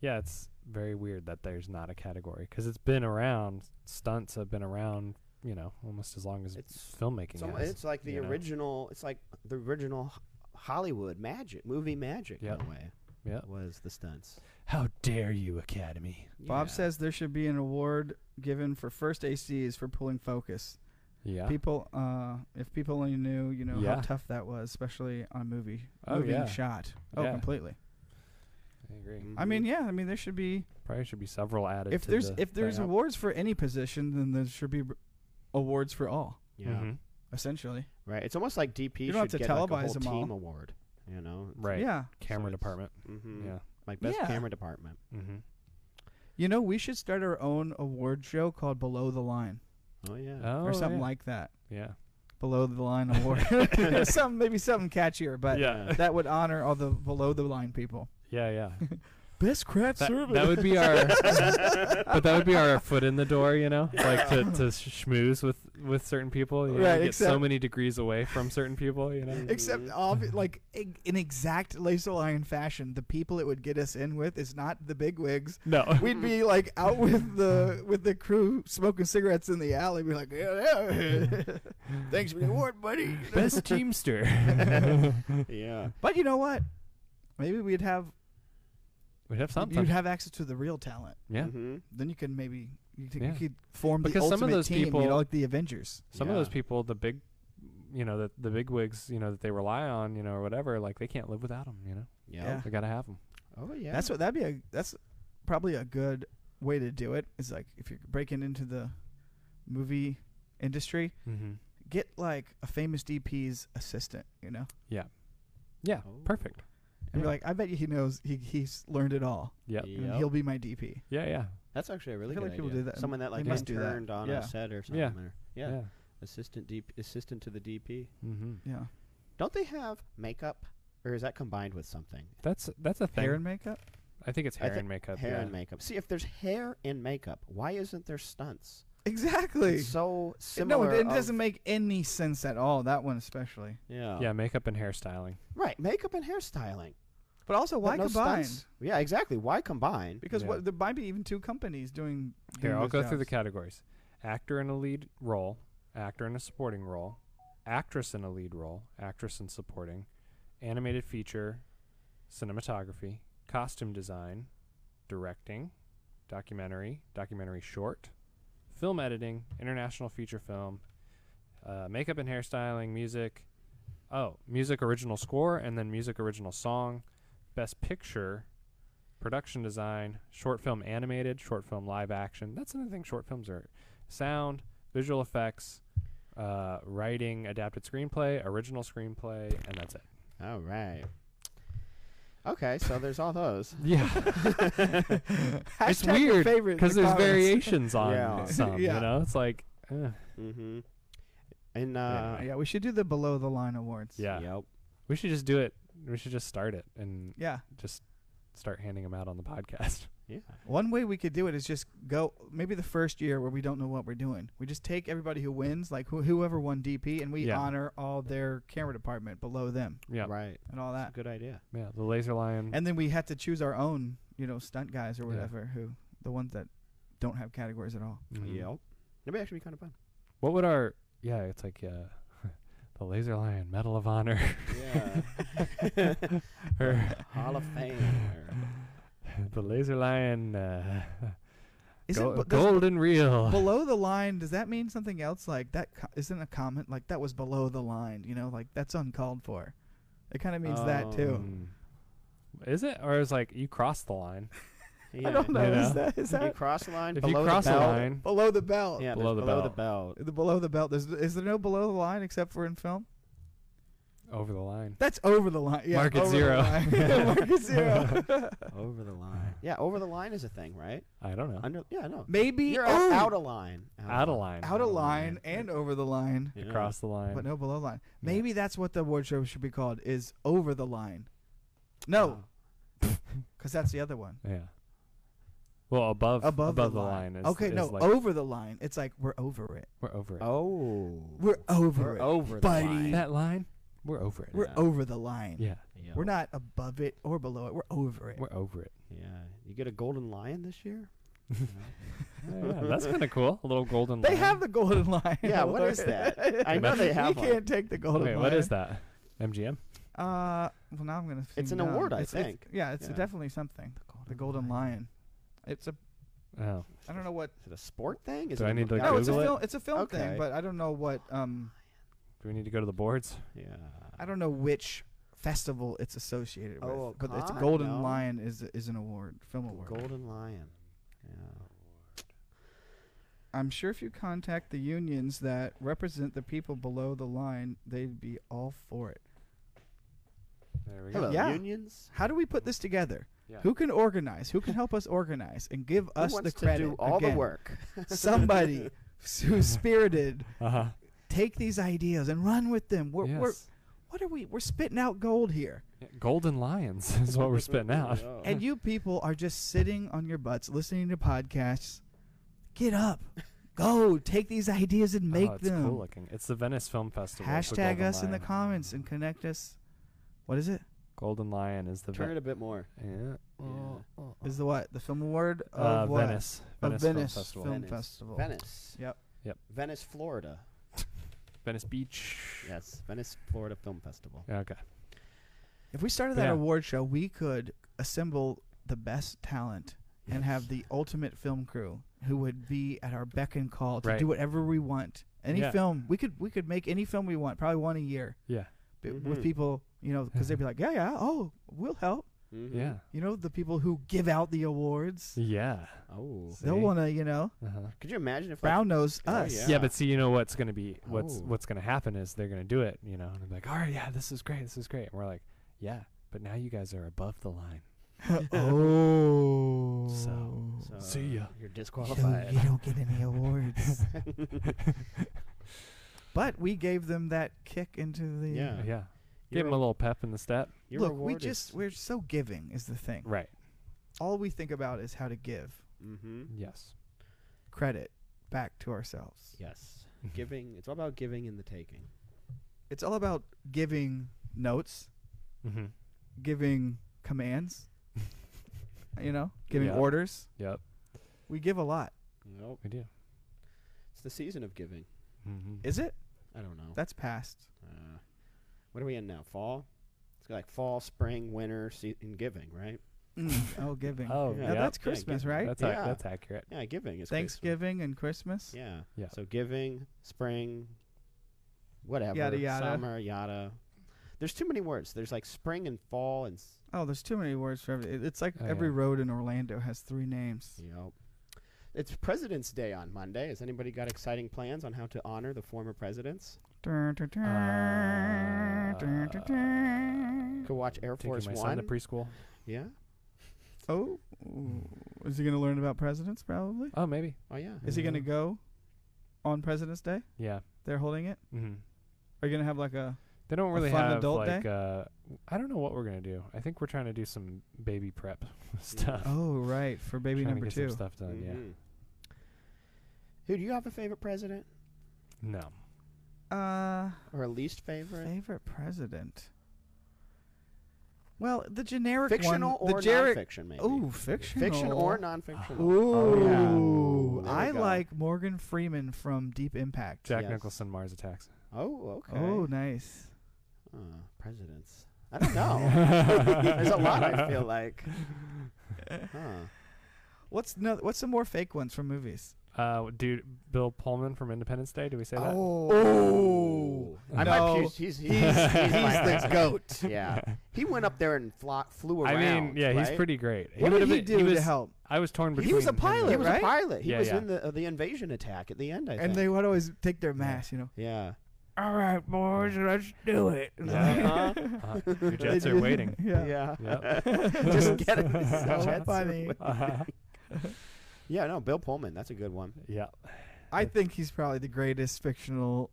Speaker 2: Yeah, it's very weird that there's not a category because it's been around. Stunts have been around, you know, almost as long as
Speaker 3: It's-
Speaker 2: filmmaking
Speaker 3: It's, almo-
Speaker 2: has.
Speaker 3: it's like the
Speaker 2: you know.
Speaker 3: original. It's like the original H- Hollywood magic movie magic in
Speaker 2: Yep.
Speaker 3: a way.
Speaker 2: Yep.
Speaker 3: Was the stunts.
Speaker 2: How dare you, Academy?
Speaker 1: Bob
Speaker 3: Yeah.
Speaker 1: says there should be an award given for first ACs for pulling focus.
Speaker 2: Yeah.
Speaker 1: People, uh, if people only knew, you know, how
Speaker 2: Yeah.
Speaker 1: tough that was, especially on a movie,
Speaker 2: Oh,
Speaker 1: moving
Speaker 2: yeah.
Speaker 1: shot. Oh,
Speaker 2: Yeah.
Speaker 1: completely.
Speaker 2: I agree.
Speaker 1: I
Speaker 3: Mhm.
Speaker 1: mean, yeah. I mean, there should be
Speaker 2: Mm-hmm. Probably should be several added.
Speaker 1: if
Speaker 2: to
Speaker 1: there's
Speaker 2: the
Speaker 1: if there's
Speaker 2: lineup.
Speaker 1: awards for any position, then there should be r- awards for all.
Speaker 3: Yeah. Mm-hmm.
Speaker 2: Mhm.
Speaker 1: Essentially,
Speaker 3: Right. It's almost like DP
Speaker 1: You
Speaker 3: should
Speaker 1: don't have to
Speaker 3: get like a
Speaker 1: televise
Speaker 3: whole
Speaker 1: them
Speaker 3: team
Speaker 1: all.
Speaker 3: award. You know.
Speaker 2: Right.
Speaker 1: yeah.
Speaker 2: Camera
Speaker 3: So it's-
Speaker 2: department.
Speaker 3: Mm-hmm.
Speaker 2: Yeah.
Speaker 3: Like best
Speaker 1: Yeah.
Speaker 3: camera department.
Speaker 2: Mm-hmm.
Speaker 1: You know, we should start our own award show called Below the Line
Speaker 3: Oh yeah.
Speaker 2: Oh,
Speaker 1: or something
Speaker 2: yeah.
Speaker 1: like that.
Speaker 2: Yeah.
Speaker 1: Below the Line Award. some maybe something catchier, but
Speaker 2: yeah.
Speaker 1: that would honor all the below the line people.
Speaker 2: Yeah. Yeah.
Speaker 1: Best craft
Speaker 2: That,
Speaker 1: service.
Speaker 2: that would be our, but that would be our foot in the door, you know, like to, to sh- schmooze with with certain people. You know,
Speaker 1: Right,
Speaker 2: you get so
Speaker 1: except-
Speaker 2: many degrees away from certain people, you know.
Speaker 1: Except,
Speaker 3: Mhm.
Speaker 1: obvi- like, e- in exact laser lion fashion, the people it would get us in with is not the bigwigs.
Speaker 2: No.
Speaker 1: We'd be like out with the with the crew smoking cigarettes in the alley. We're like, yeah, yeah. thanks for the award, buddy. you know?
Speaker 2: Best teamster.
Speaker 3: Yeah.
Speaker 1: But you know what? Maybe we'd have
Speaker 2: We'd have something.
Speaker 1: you'd have access to the real talent.
Speaker 2: yeah.
Speaker 3: Mm-hmm.
Speaker 1: Then you could maybe you, could-
Speaker 2: Yeah.
Speaker 1: you could form
Speaker 2: Because
Speaker 1: the
Speaker 2: some of
Speaker 1: ultimate
Speaker 2: those
Speaker 1: team,
Speaker 2: people-
Speaker 1: you know, like the Avengers.
Speaker 2: Some of those
Speaker 3: Yeah.
Speaker 2: people, the big, you know, the the big wigs, you know, that they rely on, you know, or whatever, like they can't live without them. You know,
Speaker 3: Ah.
Speaker 1: Yeah.
Speaker 2: they gotta have them.
Speaker 3: Oh yeah.
Speaker 1: That's what that'd be a that's probably a good way to do it. Is like if you're breaking into the movie industry,
Speaker 2: Mm-hmm.
Speaker 1: get like a famous DP's assistant, you know,
Speaker 2: Yeah.
Speaker 3: Oh.
Speaker 2: Perfect.
Speaker 1: and be
Speaker 2: Yeah.
Speaker 1: like, I bet you he knows he he's learned it all,
Speaker 2: Yep.
Speaker 1: and he'll be my DP.
Speaker 2: Yeah. Yeah.
Speaker 3: That's actually a really
Speaker 1: feel
Speaker 3: good
Speaker 1: like people
Speaker 3: idea.
Speaker 1: do that.
Speaker 3: Someone that like
Speaker 1: must do that.
Speaker 3: interned on
Speaker 1: Yeah.
Speaker 3: a set or something.
Speaker 2: Yeah.
Speaker 3: Or, yeah. Assistant DP, assistant to the DP.
Speaker 2: Mm-hmm.
Speaker 1: Yeah,
Speaker 3: Don't they have makeup, or is that combined with something?
Speaker 2: That's that's a thing.
Speaker 1: hair and makeup.
Speaker 2: I think it's
Speaker 3: I
Speaker 2: hair
Speaker 3: thi-
Speaker 2: and makeup.
Speaker 3: hair
Speaker 2: yeah.
Speaker 3: and makeup. See, if there's hair and makeup, why isn't there stunts?
Speaker 1: Exactly.
Speaker 3: It's so
Speaker 1: No,
Speaker 3: similar.
Speaker 1: it, it
Speaker 3: of-
Speaker 2: um,
Speaker 1: doesn't make any sense at all. That one especially.
Speaker 3: Yeah.
Speaker 2: Yeah, makeup and hairstyling.
Speaker 3: Right. Makeup and hairstyling.
Speaker 1: But also,
Speaker 3: but
Speaker 1: why
Speaker 3: no
Speaker 1: combine?
Speaker 3: stunts. Yeah. Exactly. Why combine?
Speaker 1: Because
Speaker 2: Yeah.
Speaker 1: what there might be even two companies doing.
Speaker 2: Here,
Speaker 1: doing
Speaker 2: I'll
Speaker 1: those
Speaker 2: go through the
Speaker 1: jobs.
Speaker 2: categories: actor in a lead role, actor in a supporting role, actress in a lead role, actress in supporting, animated feature, cinematography, costume design, directing, documentary, documentary short, film editing, international feature film, uh, makeup and hairstyling, music. Oh, music original score, and then music original song, best picture, production design, short film animated, short film live action. That's another thing short films are sound, visual effects, uh, writing, adapted screenplay, original screenplay, and that's it.
Speaker 3: All right. Okay. So there's all those.
Speaker 2: Yeah. it's
Speaker 1: Hashtag your
Speaker 2: weird
Speaker 1: favorite in
Speaker 2: because
Speaker 1: the
Speaker 2: there's
Speaker 1: comments.
Speaker 2: variations on
Speaker 3: Yeah.
Speaker 2: some,
Speaker 1: Yeah.
Speaker 2: you know? It's like, eh.
Speaker 3: Mm-hmm. And uh,
Speaker 2: Yeah.
Speaker 1: Yeah, we should do the below the line awards.
Speaker 2: yeah.
Speaker 3: Yep.
Speaker 2: We should just do it. We should just start it and
Speaker 1: Yeah.
Speaker 2: just start handing them out on the podcast.
Speaker 3: Yeah.
Speaker 1: One way we could do it is just go maybe the first year where we don't know what we're doing. We just take everybody who wins, like who whoever won DP, and we
Speaker 2: Yeah.
Speaker 1: honor all their camera department below them
Speaker 2: Yeah.
Speaker 3: Right.
Speaker 1: and all
Speaker 3: That's a
Speaker 1: that.
Speaker 3: good idea.
Speaker 2: Yeah. The Laser Lion.
Speaker 1: And then we had to choose our own, you know, stunt guys or
Speaker 2: Yeah.
Speaker 1: whatever who the ones that don't have categories at all.
Speaker 2: Mhm.
Speaker 3: Yep. That'd be actually kind of fun.
Speaker 2: What would our, yeah, it's like uh, the Laser Lion Medal of Honor.
Speaker 3: Yeah.
Speaker 2: or-
Speaker 3: Hall of Fame.
Speaker 2: the laser lion uh,
Speaker 1: Is
Speaker 2: go-
Speaker 1: it, does
Speaker 2: golden reel
Speaker 1: below the line? Does that mean something else? Like that co- isn't a comment like that was below the line. You know, like that's uncalled for. It kind of means that too.
Speaker 2: Mm. is it or is like you crossed the line
Speaker 3: Yeah.
Speaker 1: I don't know.
Speaker 2: You
Speaker 1: Is
Speaker 2: know.
Speaker 1: that is
Speaker 3: If you
Speaker 1: that
Speaker 3: cross the line,
Speaker 2: if you
Speaker 3: below
Speaker 2: cross
Speaker 3: the
Speaker 2: the,
Speaker 3: belt,
Speaker 2: line
Speaker 1: below the belt?
Speaker 3: yeah,
Speaker 2: Below
Speaker 3: below,
Speaker 2: the
Speaker 3: below the belt.
Speaker 1: The below the belt. There's, is there no below the line except for in film?
Speaker 2: over the line.
Speaker 1: That's over the line. Yeah,
Speaker 2: Market
Speaker 1: over the
Speaker 2: zero.
Speaker 1: line. Market zero.
Speaker 3: Over the line. Yeah, over the line is a thing, right?
Speaker 2: I don't know.
Speaker 3: Under. Yeah, no.
Speaker 1: Maybe
Speaker 3: You're
Speaker 1: oh,
Speaker 3: out, out of line.
Speaker 2: Out of line.
Speaker 1: out of line and over the line,
Speaker 3: Yeah.
Speaker 2: Across the line.
Speaker 1: but no below line.
Speaker 2: Yeah.
Speaker 1: Maybe that's what the award show should be called: is over the line. No, because that's the other one.
Speaker 2: Yeah. Well, above
Speaker 1: Above,
Speaker 2: the line. is
Speaker 1: okay,
Speaker 2: is
Speaker 1: no,
Speaker 2: like,
Speaker 1: over the line. It's like we're over it.
Speaker 2: we're over it.
Speaker 3: Oh.
Speaker 1: We're over
Speaker 3: We're
Speaker 1: it.
Speaker 3: over
Speaker 1: buddy.
Speaker 3: the line.
Speaker 2: That line, we're over it.
Speaker 1: We're
Speaker 3: Yeah.
Speaker 1: over the line.
Speaker 2: Yeah,
Speaker 3: Yeah.
Speaker 1: We're not above it or below it. We're over it.
Speaker 2: we're over it.
Speaker 3: Yeah. You get a golden lion this year?
Speaker 2: Yeah, that's kind of cool. A little golden.
Speaker 1: They
Speaker 2: line.
Speaker 1: have the golden line.
Speaker 3: Yeah, what is that? I know they have
Speaker 1: We
Speaker 3: one.
Speaker 1: can't take the golden
Speaker 2: Wait,
Speaker 1: line.
Speaker 2: what is that? MGM.
Speaker 1: Uh, well, now I'm gonna.
Speaker 3: It's
Speaker 1: seem
Speaker 3: an award,
Speaker 1: dumb.
Speaker 3: I
Speaker 1: It's- it's-
Speaker 3: think.
Speaker 1: yeah, it's
Speaker 3: Yeah.
Speaker 1: definitely something. The Golden Lion. It's a.
Speaker 2: Oh,
Speaker 1: I don't know what.
Speaker 3: Is it a sport thing? Is
Speaker 2: Do
Speaker 3: it
Speaker 2: I
Speaker 3: a
Speaker 2: need to, like,
Speaker 1: No, it's a
Speaker 2: Google it?
Speaker 1: film. It's a film
Speaker 3: Okay.
Speaker 1: thing, but I don't know what. Um,
Speaker 2: do we need to go to the boards?
Speaker 3: Yeah.
Speaker 1: I don't know which festival it's associated with.
Speaker 3: Oh,
Speaker 1: but it's
Speaker 3: con,
Speaker 1: Golden
Speaker 3: no.
Speaker 1: Lion is is an award, film award.
Speaker 3: Golden lion. Yeah.
Speaker 1: I'm sure if you contact the unions that represent the people below the line, they'd be all for it.
Speaker 2: There we
Speaker 3: Hello,
Speaker 2: go.
Speaker 1: Yeah.
Speaker 3: unions.
Speaker 1: How do we put this together?
Speaker 2: Yeah.
Speaker 1: Who can organize? Who can help us organize and give us
Speaker 3: Who wants
Speaker 1: the credit?
Speaker 3: to do all
Speaker 1: again?
Speaker 3: the work?
Speaker 1: Somebody who's spirited
Speaker 2: Uh huh.
Speaker 1: take these ideas and run with them. We're, we're
Speaker 2: Yes.
Speaker 1: what are we? We're spitting out gold here,
Speaker 2: Yeah, Golden lions is what we're spitting out.
Speaker 3: Yeah.
Speaker 1: and you people are just sitting on your butts listening to podcasts. Get up, go take these ideas and make
Speaker 2: oh, it's
Speaker 1: them.
Speaker 2: cool looking. It's the Venice Film Festival. It's the
Speaker 1: Hashtag
Speaker 2: Golden
Speaker 1: us in the
Speaker 2: Lion.
Speaker 1: comments and connect us. What is it?
Speaker 2: Golden lion is the.
Speaker 3: Turn
Speaker 2: Ve-
Speaker 3: it a bit more.
Speaker 2: yeah.
Speaker 3: Yeah.
Speaker 1: Is the what? The film award of
Speaker 2: Uh,
Speaker 1: what?
Speaker 2: Venice.
Speaker 1: Of
Speaker 2: Venice
Speaker 1: Venice
Speaker 2: Film Festival.
Speaker 1: Film
Speaker 3: Venice.
Speaker 1: Festival.
Speaker 3: Venice.
Speaker 1: Yep.
Speaker 2: Yep.
Speaker 3: Venice, Florida.
Speaker 2: Venice Beach.
Speaker 3: Yes, Venice, Florida Film Festival.
Speaker 2: Yeah, Okay.
Speaker 1: If we started that
Speaker 2: Yeah.
Speaker 1: award show, we could assemble the best talent and
Speaker 3: Yes.
Speaker 1: have the ultimate film crew who would be at our beck and call to
Speaker 2: Right.
Speaker 1: do whatever we want. Any
Speaker 2: Yeah.
Speaker 1: film we could we could make any film we want, probably one a year
Speaker 2: Yeah.
Speaker 1: but
Speaker 3: Mhm.
Speaker 2: Mm-hmm.
Speaker 1: with people, you know, because they'd be like, yeah, yeah, oh, we'll help.
Speaker 3: Mhm.
Speaker 2: Yeah.
Speaker 1: You know, the people who give out the awards,
Speaker 2: Yeah.
Speaker 3: Oh.
Speaker 1: they'll
Speaker 2: See?
Speaker 1: want to, you know,
Speaker 2: Uh-huh.
Speaker 3: Could you imagine if like,
Speaker 1: brown nose
Speaker 3: Oh,
Speaker 1: us.
Speaker 2: Yeah.
Speaker 3: Yeah.
Speaker 2: but see, you know what's gonna be what's
Speaker 3: Oh.
Speaker 2: what's gonna happen is they're gonna do it, you know, and they're like, all right, yeah, this is great, this is great, and we're like, yeah, but now you guys are above the line.
Speaker 1: oh,
Speaker 2: So-
Speaker 3: So
Speaker 2: See ya.
Speaker 3: You're
Speaker 1: you don't, you
Speaker 3: disqualified.
Speaker 1: don't get any awards. but we gave them that kick into the
Speaker 2: yeah,
Speaker 3: Yeah. You're
Speaker 2: give them a little pep in the step.
Speaker 3: Your
Speaker 1: Look, we
Speaker 3: reward
Speaker 1: just we're so giving is the thing.
Speaker 2: Right.
Speaker 1: All we think about is how to give
Speaker 3: Mm-hmm.
Speaker 2: Yes.
Speaker 1: credit back to ourselves.
Speaker 3: Yes. Giving. It's all about giving and the taking.
Speaker 1: It's all about giving notes,
Speaker 2: Mm-hmm.
Speaker 1: giving commands, you know, giving
Speaker 2: Yeah.
Speaker 1: orders.
Speaker 2: Yep.
Speaker 1: We give a lot.
Speaker 3: Nope.
Speaker 2: We do.
Speaker 3: It's the season of giving.
Speaker 2: Mm-hmm.
Speaker 1: Is it?
Speaker 3: I don't know.
Speaker 1: That's past.
Speaker 3: Uh, what are we in now? Fall. It's like fall, spring, winter, season giving, right?
Speaker 1: Mm, oh, giving.
Speaker 2: Oh,
Speaker 1: Now
Speaker 2: yep.
Speaker 1: that's
Speaker 3: Yeah,
Speaker 1: Christmas,
Speaker 3: giving.
Speaker 1: right?
Speaker 2: That's
Speaker 3: Yeah.
Speaker 2: ac- that's accurate.
Speaker 3: Yeah, giving is Christmas.
Speaker 1: Thanksgiving and Christmas.
Speaker 3: Yeah.
Speaker 2: Yeah.
Speaker 3: So giving, spring, whatever,
Speaker 1: Yada, yada.
Speaker 3: summer, yada. There's too many words. There's like spring and fall and s-
Speaker 1: Oh, there's too many words for everything. It's like
Speaker 2: Oh,
Speaker 1: every
Speaker 2: yeah.
Speaker 1: road in Orlando has three names.
Speaker 3: you know. It's President's Day on Monday. Has anybody got exciting plans on how to honor the former presidents?
Speaker 1: Dun, dun, Uh, dun, dun, dun, dun.
Speaker 3: Could watch Air
Speaker 2: Taking
Speaker 3: Force
Speaker 2: my son
Speaker 3: One.
Speaker 2: to preschool.
Speaker 3: yeah.
Speaker 1: Oh, ooh. is he going to learn about presidents? Probably.
Speaker 2: Oh, maybe.
Speaker 3: Oh yeah.
Speaker 1: Is he going to
Speaker 2: Yeah.
Speaker 1: go on President's Day?
Speaker 2: Yeah.
Speaker 1: They're holding it.
Speaker 2: Mm-hmm.
Speaker 1: Are you going to have like a?
Speaker 2: They don't really
Speaker 1: fun
Speaker 2: have
Speaker 1: adult
Speaker 2: like uh, I don't know what we're gonna do. I think we're trying to do some baby prep stuff.
Speaker 1: Oh, right, for baby
Speaker 2: Trying to
Speaker 1: number
Speaker 2: get some
Speaker 1: two.
Speaker 2: stuff done.
Speaker 3: Mhm. Who do you have a favorite president
Speaker 1: Mm-hmm.
Speaker 2: Yeah. No.
Speaker 1: Uh,
Speaker 3: or a least favorite?
Speaker 1: favorite president. Well, the generic
Speaker 3: Fictional
Speaker 1: one.
Speaker 3: or
Speaker 1: the generic.
Speaker 3: nonfiction, maybe.
Speaker 1: Ooh, fictional.
Speaker 3: Fiction or nonfiction.
Speaker 1: Ooh,
Speaker 2: Oh,
Speaker 3: yeah. There we
Speaker 1: I
Speaker 3: go.
Speaker 1: like Morgan Freeman from Deep Impact.
Speaker 2: Jack
Speaker 3: Yes.
Speaker 2: Nicholson Mars Attacks.
Speaker 3: Oh, okay.
Speaker 1: Oh, nice.
Speaker 3: Uh, presidents. I don't know. There's a lot. I feel like. Huh.
Speaker 1: What's no? What's some more fake ones from movies?
Speaker 2: Uh, dude, Bill Pullman from Independence Day. Do we say that?
Speaker 1: Oh.
Speaker 3: Oh. I
Speaker 1: No.
Speaker 3: might choose. He's he's, he's, my
Speaker 1: He's the
Speaker 3: president.
Speaker 1: goat.
Speaker 3: Yeah, he went up there and flo- flew
Speaker 2: I
Speaker 3: around.
Speaker 2: mean, yeah, he's
Speaker 3: right?
Speaker 2: pretty great.
Speaker 1: what did
Speaker 2: would've
Speaker 1: he
Speaker 2: been-
Speaker 1: do
Speaker 2: was,
Speaker 1: to help?
Speaker 2: I was torn between.
Speaker 1: He was a
Speaker 2: him and-
Speaker 1: pilot,
Speaker 3: He was
Speaker 1: right?
Speaker 3: a pilot. He
Speaker 2: Yeah,
Speaker 3: was
Speaker 2: yeah.
Speaker 3: in the uh, the invasion attack at the end. I
Speaker 1: And
Speaker 3: think.
Speaker 1: they would always take their mask, you know.
Speaker 3: yeah.
Speaker 1: all right, boys, let's do it. It's
Speaker 3: Yeah. Uh-huh.
Speaker 1: like-
Speaker 2: Uh, your
Speaker 1: They
Speaker 2: jets are
Speaker 1: did-
Speaker 2: waiting.
Speaker 1: Yeah.
Speaker 2: Yep.
Speaker 3: Just get it.
Speaker 1: So
Speaker 3: Jets are
Speaker 1: funny.
Speaker 3: waiting.
Speaker 2: Uh-huh.
Speaker 3: Yeah, no, Bill Pullman. That's a good one.
Speaker 2: Yeah,
Speaker 1: I think he's probably the greatest fictional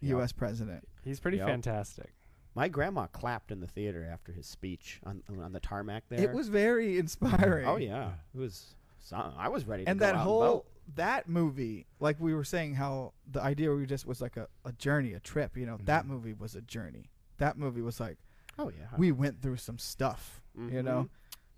Speaker 3: Yeah.
Speaker 1: U.S. president.
Speaker 2: he's pretty
Speaker 3: Yep.
Speaker 2: fantastic.
Speaker 3: My grandma clapped in the theater after his speech on on the tarmac there.
Speaker 1: It was very inspiring.
Speaker 3: Oh yeah, it was. Some, I was ready. To
Speaker 1: and
Speaker 3: go
Speaker 1: that
Speaker 3: out
Speaker 1: whole
Speaker 3: vote.
Speaker 1: that movie like we were saying how the idea we just was like a, a journey a trip you know that
Speaker 3: Mm-hmm.
Speaker 2: Mhm.
Speaker 1: movie was a journey that movie was like
Speaker 3: Oh yeah. Mm-hmm.
Speaker 1: we went through some stuff you know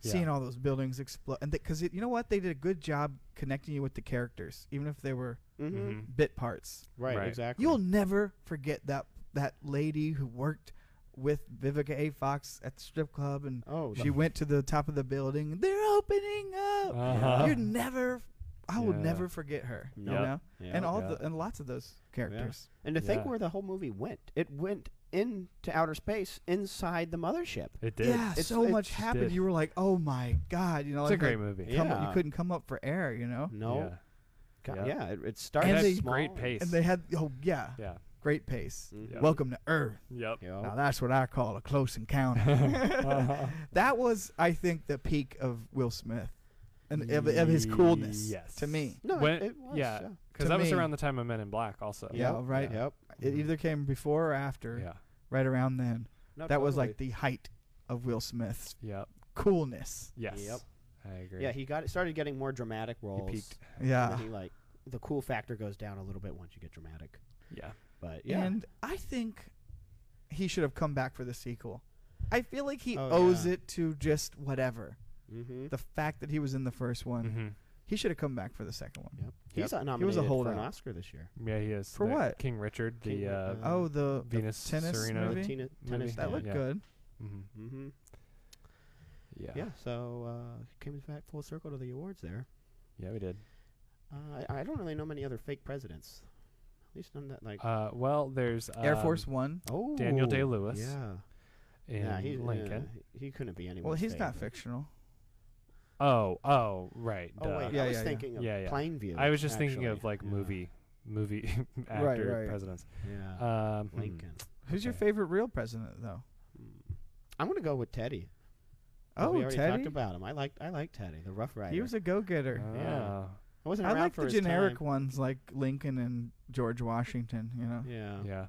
Speaker 2: Yeah.
Speaker 1: seeing all those buildings explode and because you know what they did a good job connecting you with the characters even if they were
Speaker 3: hmm
Speaker 2: Mhm.
Speaker 1: bit parts
Speaker 3: Right,
Speaker 2: Right.
Speaker 3: Exactly.
Speaker 1: you'll never forget that that lady who worked with Vivica A. Fox at the strip club and
Speaker 3: Oh,
Speaker 1: she went to the top of the building and they're opening up
Speaker 2: Uh-huh.
Speaker 1: you never I will
Speaker 2: Yeah.
Speaker 1: never forget her. You
Speaker 3: Yep.
Speaker 1: know?
Speaker 3: the- yeah.
Speaker 1: And all
Speaker 2: Yeah.
Speaker 1: the and lots of those characters.
Speaker 3: And to think
Speaker 2: Yeah.
Speaker 3: where the whole movie went, it went into outer space inside the mothership.
Speaker 2: It
Speaker 1: Yeah,
Speaker 2: did.
Speaker 3: It's-
Speaker 1: so
Speaker 3: it
Speaker 1: much
Speaker 2: just
Speaker 1: happened.
Speaker 2: did.
Speaker 1: You were like, "Oh my god!" You know,
Speaker 2: it's
Speaker 1: like
Speaker 2: a great
Speaker 1: like,
Speaker 2: movie.
Speaker 3: Yeah.
Speaker 1: come- you couldn't come up for air. You know,
Speaker 3: No,
Speaker 2: Yeah.
Speaker 3: God,
Speaker 2: Yeah.
Speaker 3: yeah. it, it started
Speaker 1: they-
Speaker 2: That's
Speaker 3: small.
Speaker 2: great pace.
Speaker 1: and they had oh yeah,
Speaker 2: yeah.
Speaker 1: great pace.
Speaker 3: Mhm.
Speaker 2: Yeah. Oh.
Speaker 1: Welcome to Earth.
Speaker 2: Yep.
Speaker 3: You know?
Speaker 1: Now that's what I call a close encounter.
Speaker 2: Uh-huh.
Speaker 1: that was, I think, the peak of Will Smith and of, of his coolness
Speaker 2: Yes.
Speaker 1: to me.
Speaker 3: No,
Speaker 2: When-
Speaker 3: it, it was.
Speaker 2: yeah.
Speaker 3: Yeah.
Speaker 2: Because
Speaker 1: To
Speaker 2: that was
Speaker 1: me.
Speaker 2: around the time of Men in Black, also.
Speaker 1: Yeah, right.
Speaker 3: Yep.
Speaker 1: It
Speaker 2: Mhm.
Speaker 1: either came before or after,
Speaker 2: Yeah.
Speaker 1: right around then.
Speaker 3: No,
Speaker 1: that was
Speaker 3: totally.
Speaker 1: like the height of Will Smith's
Speaker 2: Yep.
Speaker 1: coolness.
Speaker 2: Yes.
Speaker 3: Yep.
Speaker 2: I agree.
Speaker 3: Yeah, he got it started getting more dramatic roles.
Speaker 2: peaked.
Speaker 3: And
Speaker 1: Yeah.
Speaker 3: then he like the cool factor goes down a little bit once you get dramatic.
Speaker 2: yeah.
Speaker 3: But yeah.
Speaker 1: And I think he should have come back for the sequel. I feel like he
Speaker 3: Oh,
Speaker 1: owes
Speaker 3: yeah.
Speaker 1: it to just whatever.
Speaker 3: mm-hmm.
Speaker 1: The fact that he was in the first one,
Speaker 2: Mhm.
Speaker 1: he should have come back for the second one.
Speaker 3: Yep. He's uh, nominated for
Speaker 1: holdout.
Speaker 3: an Oscar this year.
Speaker 2: Yeah, he is.
Speaker 1: For
Speaker 2: The
Speaker 1: what?
Speaker 2: King Richard,
Speaker 3: King
Speaker 2: the
Speaker 3: Ri-
Speaker 2: uh,
Speaker 3: uh,
Speaker 1: Oh, the, the
Speaker 2: Venus
Speaker 1: tennis
Speaker 2: Serena
Speaker 1: movie?
Speaker 3: Teen- tennis
Speaker 1: that
Speaker 2: yeah,
Speaker 1: looked
Speaker 2: yeah.
Speaker 1: good.
Speaker 2: mhm.
Speaker 3: hmm
Speaker 2: yeah.
Speaker 3: Yeah. So uh, came back full circle to the awards there.
Speaker 2: Yeah, we did.
Speaker 3: Uh, I, I don't really know many other fake presidents. At least none that like.
Speaker 2: Uh, well, there's
Speaker 1: Air
Speaker 2: um,
Speaker 1: Force One.
Speaker 3: oh,
Speaker 2: Daniel Day-Lewis
Speaker 3: Yeah.
Speaker 2: and
Speaker 3: Nah, he,
Speaker 2: Lincoln.
Speaker 3: yeah, he- he couldn't be anyone.
Speaker 1: Well, he's not fictional.
Speaker 2: Oh, oh, right.
Speaker 3: Oh
Speaker 2: duh.
Speaker 3: wait,
Speaker 1: Yeah,
Speaker 3: I was
Speaker 1: yeah, yeah.
Speaker 3: thinking of
Speaker 2: Yeah, yeah.
Speaker 3: Plainview.
Speaker 2: I was just thinking
Speaker 3: actually.
Speaker 2: of like
Speaker 3: Yeah.
Speaker 2: movie, movie actor
Speaker 1: right.
Speaker 2: presidents.
Speaker 3: Yeah.
Speaker 2: Um, hmm.
Speaker 3: Uh, Lincoln.
Speaker 1: Who's your
Speaker 2: Okay.
Speaker 1: favorite real president, though?
Speaker 3: Mm. I'm gonna go with Teddy.
Speaker 1: Oh,
Speaker 3: we already
Speaker 1: Teddy.
Speaker 3: talked about him. I liked I liked Teddy, the Rough Rider.
Speaker 1: He was a go-getter.
Speaker 3: Yeah.
Speaker 2: Oh,
Speaker 3: I wasn't
Speaker 1: I
Speaker 3: around
Speaker 1: like
Speaker 3: for
Speaker 1: the
Speaker 3: his
Speaker 1: generic
Speaker 3: time.
Speaker 1: ones, like Lincoln and George Washington. You know,
Speaker 3: Yeah.
Speaker 2: yeah.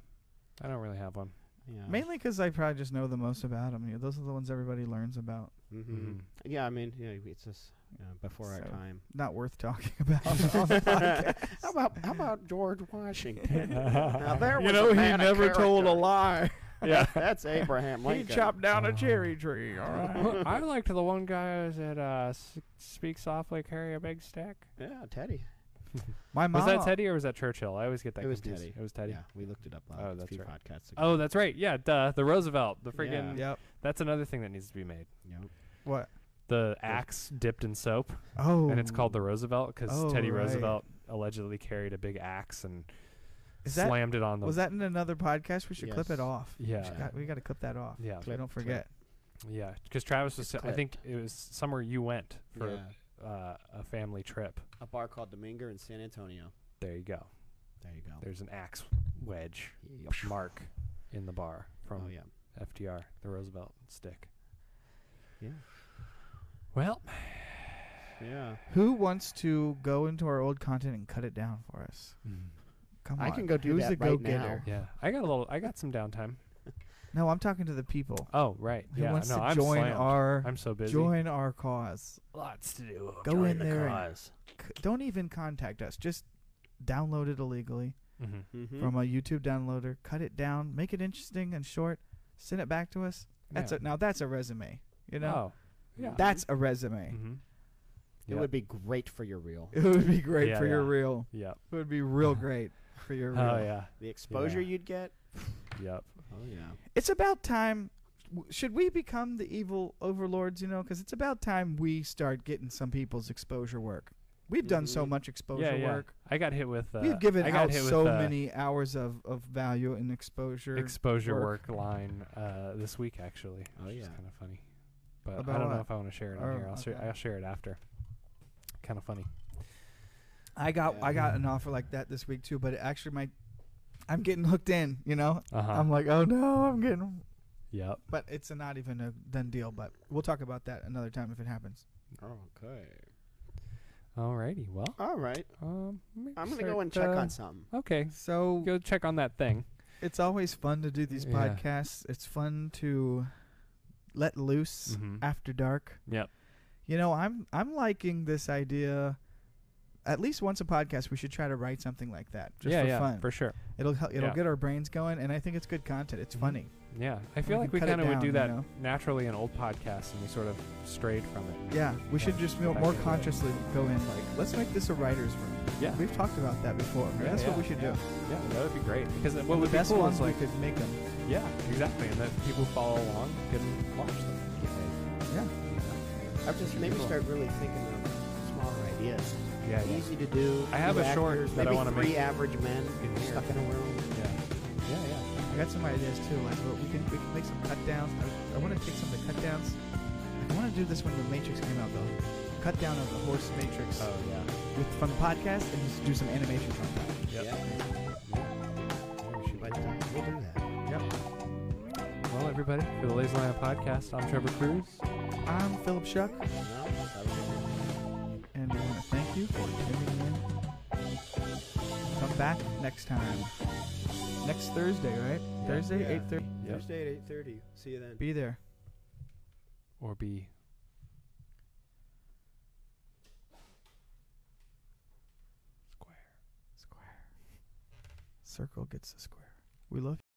Speaker 2: I don't really have one.
Speaker 3: Yeah.
Speaker 1: Mainly 'cause I probably just know the most about them. You know, those are the ones everybody learns about.
Speaker 3: Mm-hmm.
Speaker 2: Mhm.
Speaker 3: Yeah. I mean, yeah, it's just you know, before our
Speaker 1: So-
Speaker 3: time.
Speaker 1: Not worth talking about. on the podcast.
Speaker 3: how about how about George Washington? now there
Speaker 1: You
Speaker 3: was
Speaker 1: know,
Speaker 3: a
Speaker 1: he
Speaker 3: man of
Speaker 1: never told a
Speaker 3: character.
Speaker 1: lie.
Speaker 2: Yeah.
Speaker 3: That's Abraham Lincoln.
Speaker 1: He chopped down a
Speaker 2: Oh.
Speaker 1: cherry tree. All right.
Speaker 2: I liked the one guy that uh, s- speaks softly, carry a big stick.
Speaker 3: Yeah, Teddy.
Speaker 1: My mom.
Speaker 2: Was that Teddy or was that Churchill? I always get that
Speaker 3: Oh. It was
Speaker 2: confused.
Speaker 3: Teddy.
Speaker 2: It was Teddy.
Speaker 3: Yeah, we looked it up last
Speaker 2: Oh, that's
Speaker 3: few
Speaker 2: right.
Speaker 3: podcasts ago.
Speaker 2: Oh, that's right. Yeah, duh. The Roosevelt. The friggin'.
Speaker 1: Yep.
Speaker 2: That's another thing that needs to be made.
Speaker 3: Yep.
Speaker 1: What?
Speaker 2: The axe dipped in soap,
Speaker 1: Oh.
Speaker 2: and it's called the Roosevelt because
Speaker 1: Oh,
Speaker 2: Teddy
Speaker 1: right.
Speaker 2: Roosevelt allegedly carried a big axe and
Speaker 1: Is that
Speaker 2: slammed it on the.
Speaker 1: was that in another podcast? We should clip
Speaker 3: Yes.
Speaker 1: it off. We,
Speaker 2: Yeah.
Speaker 1: should got, we got to clip that off.
Speaker 2: Yeah.
Speaker 1: So we
Speaker 3: Clip,
Speaker 1: don't
Speaker 3: clip.
Speaker 1: forget.
Speaker 2: Yeah, because Travis was.
Speaker 3: It's
Speaker 2: I think it was somewhere you went for
Speaker 3: yeah.
Speaker 2: uh, a family trip.
Speaker 3: A bar called Domingo in San Antonio.
Speaker 2: There you go.
Speaker 3: There you go.
Speaker 2: There's an axe wedge
Speaker 3: Yep.
Speaker 2: mark in the bar from
Speaker 3: Oh yeah.
Speaker 2: FDR, the Roosevelt stick.
Speaker 3: Yeah.
Speaker 2: Well,
Speaker 3: Yeah.
Speaker 1: Who wants to go into our old content and cut it down for us?
Speaker 3: Mm.
Speaker 1: Come on.
Speaker 3: I can go do
Speaker 1: Who's
Speaker 3: that
Speaker 1: the
Speaker 3: right
Speaker 1: go-getter?
Speaker 2: yeah, I got a little. I got some downtime.
Speaker 1: No, I'm talking to the people.
Speaker 2: Oh right,
Speaker 1: Who
Speaker 2: yeah.
Speaker 1: wants
Speaker 2: no,
Speaker 1: to
Speaker 2: I'm
Speaker 1: join
Speaker 2: slammed.
Speaker 1: our
Speaker 2: I'm so busy.
Speaker 1: join our cause?
Speaker 2: Lots to do.
Speaker 1: Go Join in the there and- C- don't even contact us. Just download it illegally
Speaker 2: hmm
Speaker 3: Mm-hmm.
Speaker 1: from a YouTube downloader. Cut it down, make it interesting and short. Send it back to us. That's
Speaker 2: yeah.
Speaker 1: a, now that's a resume. You know,
Speaker 2: Oh, yeah.
Speaker 1: that's a resume.
Speaker 2: Mm-hmm.
Speaker 3: it would be great for your reel.
Speaker 1: It would be great
Speaker 2: Yeah,
Speaker 1: for your
Speaker 2: yeah.
Speaker 1: reel.
Speaker 2: Yep.
Speaker 1: It would be real great for your
Speaker 2: Oh
Speaker 1: reel.
Speaker 2: yeah.
Speaker 3: The exposure you'd get.
Speaker 2: Yep.
Speaker 3: Oh yeah.
Speaker 1: It's about time. w- Should we become the evil overlords? You know, because it's about time we start getting some people's exposure work. We've done so
Speaker 3: Mhm.
Speaker 1: much exposure
Speaker 2: yeah, yeah.
Speaker 1: work.
Speaker 2: I got hit with. Uh,
Speaker 1: We've given
Speaker 2: I got
Speaker 1: out
Speaker 2: hit with,
Speaker 1: so
Speaker 2: uh,
Speaker 1: many hours of, of value and exposure.
Speaker 2: exposure
Speaker 1: work.
Speaker 2: work, line uh, this week actually.
Speaker 3: Oh,
Speaker 2: which is
Speaker 3: yeah.
Speaker 2: kind of funny. But I
Speaker 1: About
Speaker 2: don't
Speaker 1: what?
Speaker 2: know if I want to share it on
Speaker 1: Oh,
Speaker 2: here. I'll share.
Speaker 1: okay.
Speaker 2: I'll share it after. Kind of funny.
Speaker 1: I got
Speaker 3: Yeah.
Speaker 1: I got an offer like that this week too, but it actually my I'm getting hooked in. You know,
Speaker 2: Uh-huh.
Speaker 1: I'm like, oh no, I'm getting.
Speaker 2: yep.
Speaker 1: But it's a not even a done deal. But we'll talk about that another time if it happens.
Speaker 3: Okay.
Speaker 2: Alrighty. Well,
Speaker 3: All right.
Speaker 2: um, maybe
Speaker 3: I'm gonna
Speaker 2: start,
Speaker 3: go and check
Speaker 2: uh,
Speaker 3: on something.
Speaker 2: Okay.
Speaker 1: So
Speaker 2: Go check on that thing.
Speaker 1: it's always fun to do these
Speaker 2: Yeah.
Speaker 1: podcasts. It's fun to let loose
Speaker 3: Mm-hmm.
Speaker 2: Mhm.
Speaker 1: after dark.
Speaker 2: Yep.
Speaker 1: You know, I'm I'm liking this idea. At least once a podcast, we should try to write something like that just
Speaker 2: yeah,
Speaker 1: for
Speaker 2: yeah,
Speaker 1: fun.
Speaker 2: for sure.
Speaker 1: it'll hel- it'll
Speaker 2: yeah.
Speaker 1: get our brains going, and I think it's good content. It's
Speaker 2: Mhm.
Speaker 1: funny.
Speaker 2: Yeah, I feel
Speaker 1: we
Speaker 2: like
Speaker 1: can
Speaker 2: we
Speaker 1: cut it
Speaker 2: kind of would
Speaker 1: down,
Speaker 2: do
Speaker 1: you
Speaker 2: that
Speaker 1: know?
Speaker 2: naturally in old podcasts, and we sort of strayed from it.
Speaker 1: Yeah, we should
Speaker 2: Yeah.
Speaker 1: just mo-
Speaker 2: Back
Speaker 1: more
Speaker 2: to the-
Speaker 1: consciously go in like, let's make this a writer's room.
Speaker 2: Yeah.
Speaker 1: We've talked about that before. right?
Speaker 2: Yeah,
Speaker 1: That's
Speaker 2: yeah,
Speaker 1: what we should
Speaker 2: yeah.
Speaker 1: do.
Speaker 2: Yeah, that would be great because it- what
Speaker 1: the
Speaker 2: would be
Speaker 1: best
Speaker 2: cool
Speaker 1: ones
Speaker 2: is like,
Speaker 1: we could make them.
Speaker 2: yeah, exactly, and that people follow along can watch them.
Speaker 1: Yeah.
Speaker 3: I've just maybe start really thinking of smaller ideas.
Speaker 2: Yeah, yeah,
Speaker 3: Easy to do.
Speaker 2: I have
Speaker 3: few
Speaker 2: a short
Speaker 3: actors,
Speaker 2: that I
Speaker 3: maybe
Speaker 2: wanna
Speaker 3: three
Speaker 2: make.
Speaker 3: average men
Speaker 2: In here.
Speaker 3: stuck in a room.
Speaker 2: yeah, yeah, yeah.
Speaker 1: I got some ideas too. Like, well, we can we can make some cut downs. I, I want to take some of the cut downs. I want to do this when the Matrix came out though. Cut down of the horse Matrix
Speaker 2: Oh yeah,
Speaker 1: with from the podcast and just do some animations on that.
Speaker 2: Yep.
Speaker 3: Yeah.
Speaker 2: Yeah, we should do
Speaker 3: But
Speaker 2: that.
Speaker 3: uh, we'll do that.
Speaker 2: Well, everybody, for the Lazy Lion podcast, I'm Trevor Cruz.
Speaker 1: I'm Philip Shuck,
Speaker 3: Well, that was it.
Speaker 1: and we want to thank you for tuning in. Come back next time. Next Thursday, right? Thursday,
Speaker 3: Yeah.
Speaker 1: eight thirty.
Speaker 2: Yep.
Speaker 3: Thursday at eight thirty. See you then.
Speaker 1: Be there.
Speaker 2: Or be square.
Speaker 1: Square. Circle gets a square. We love.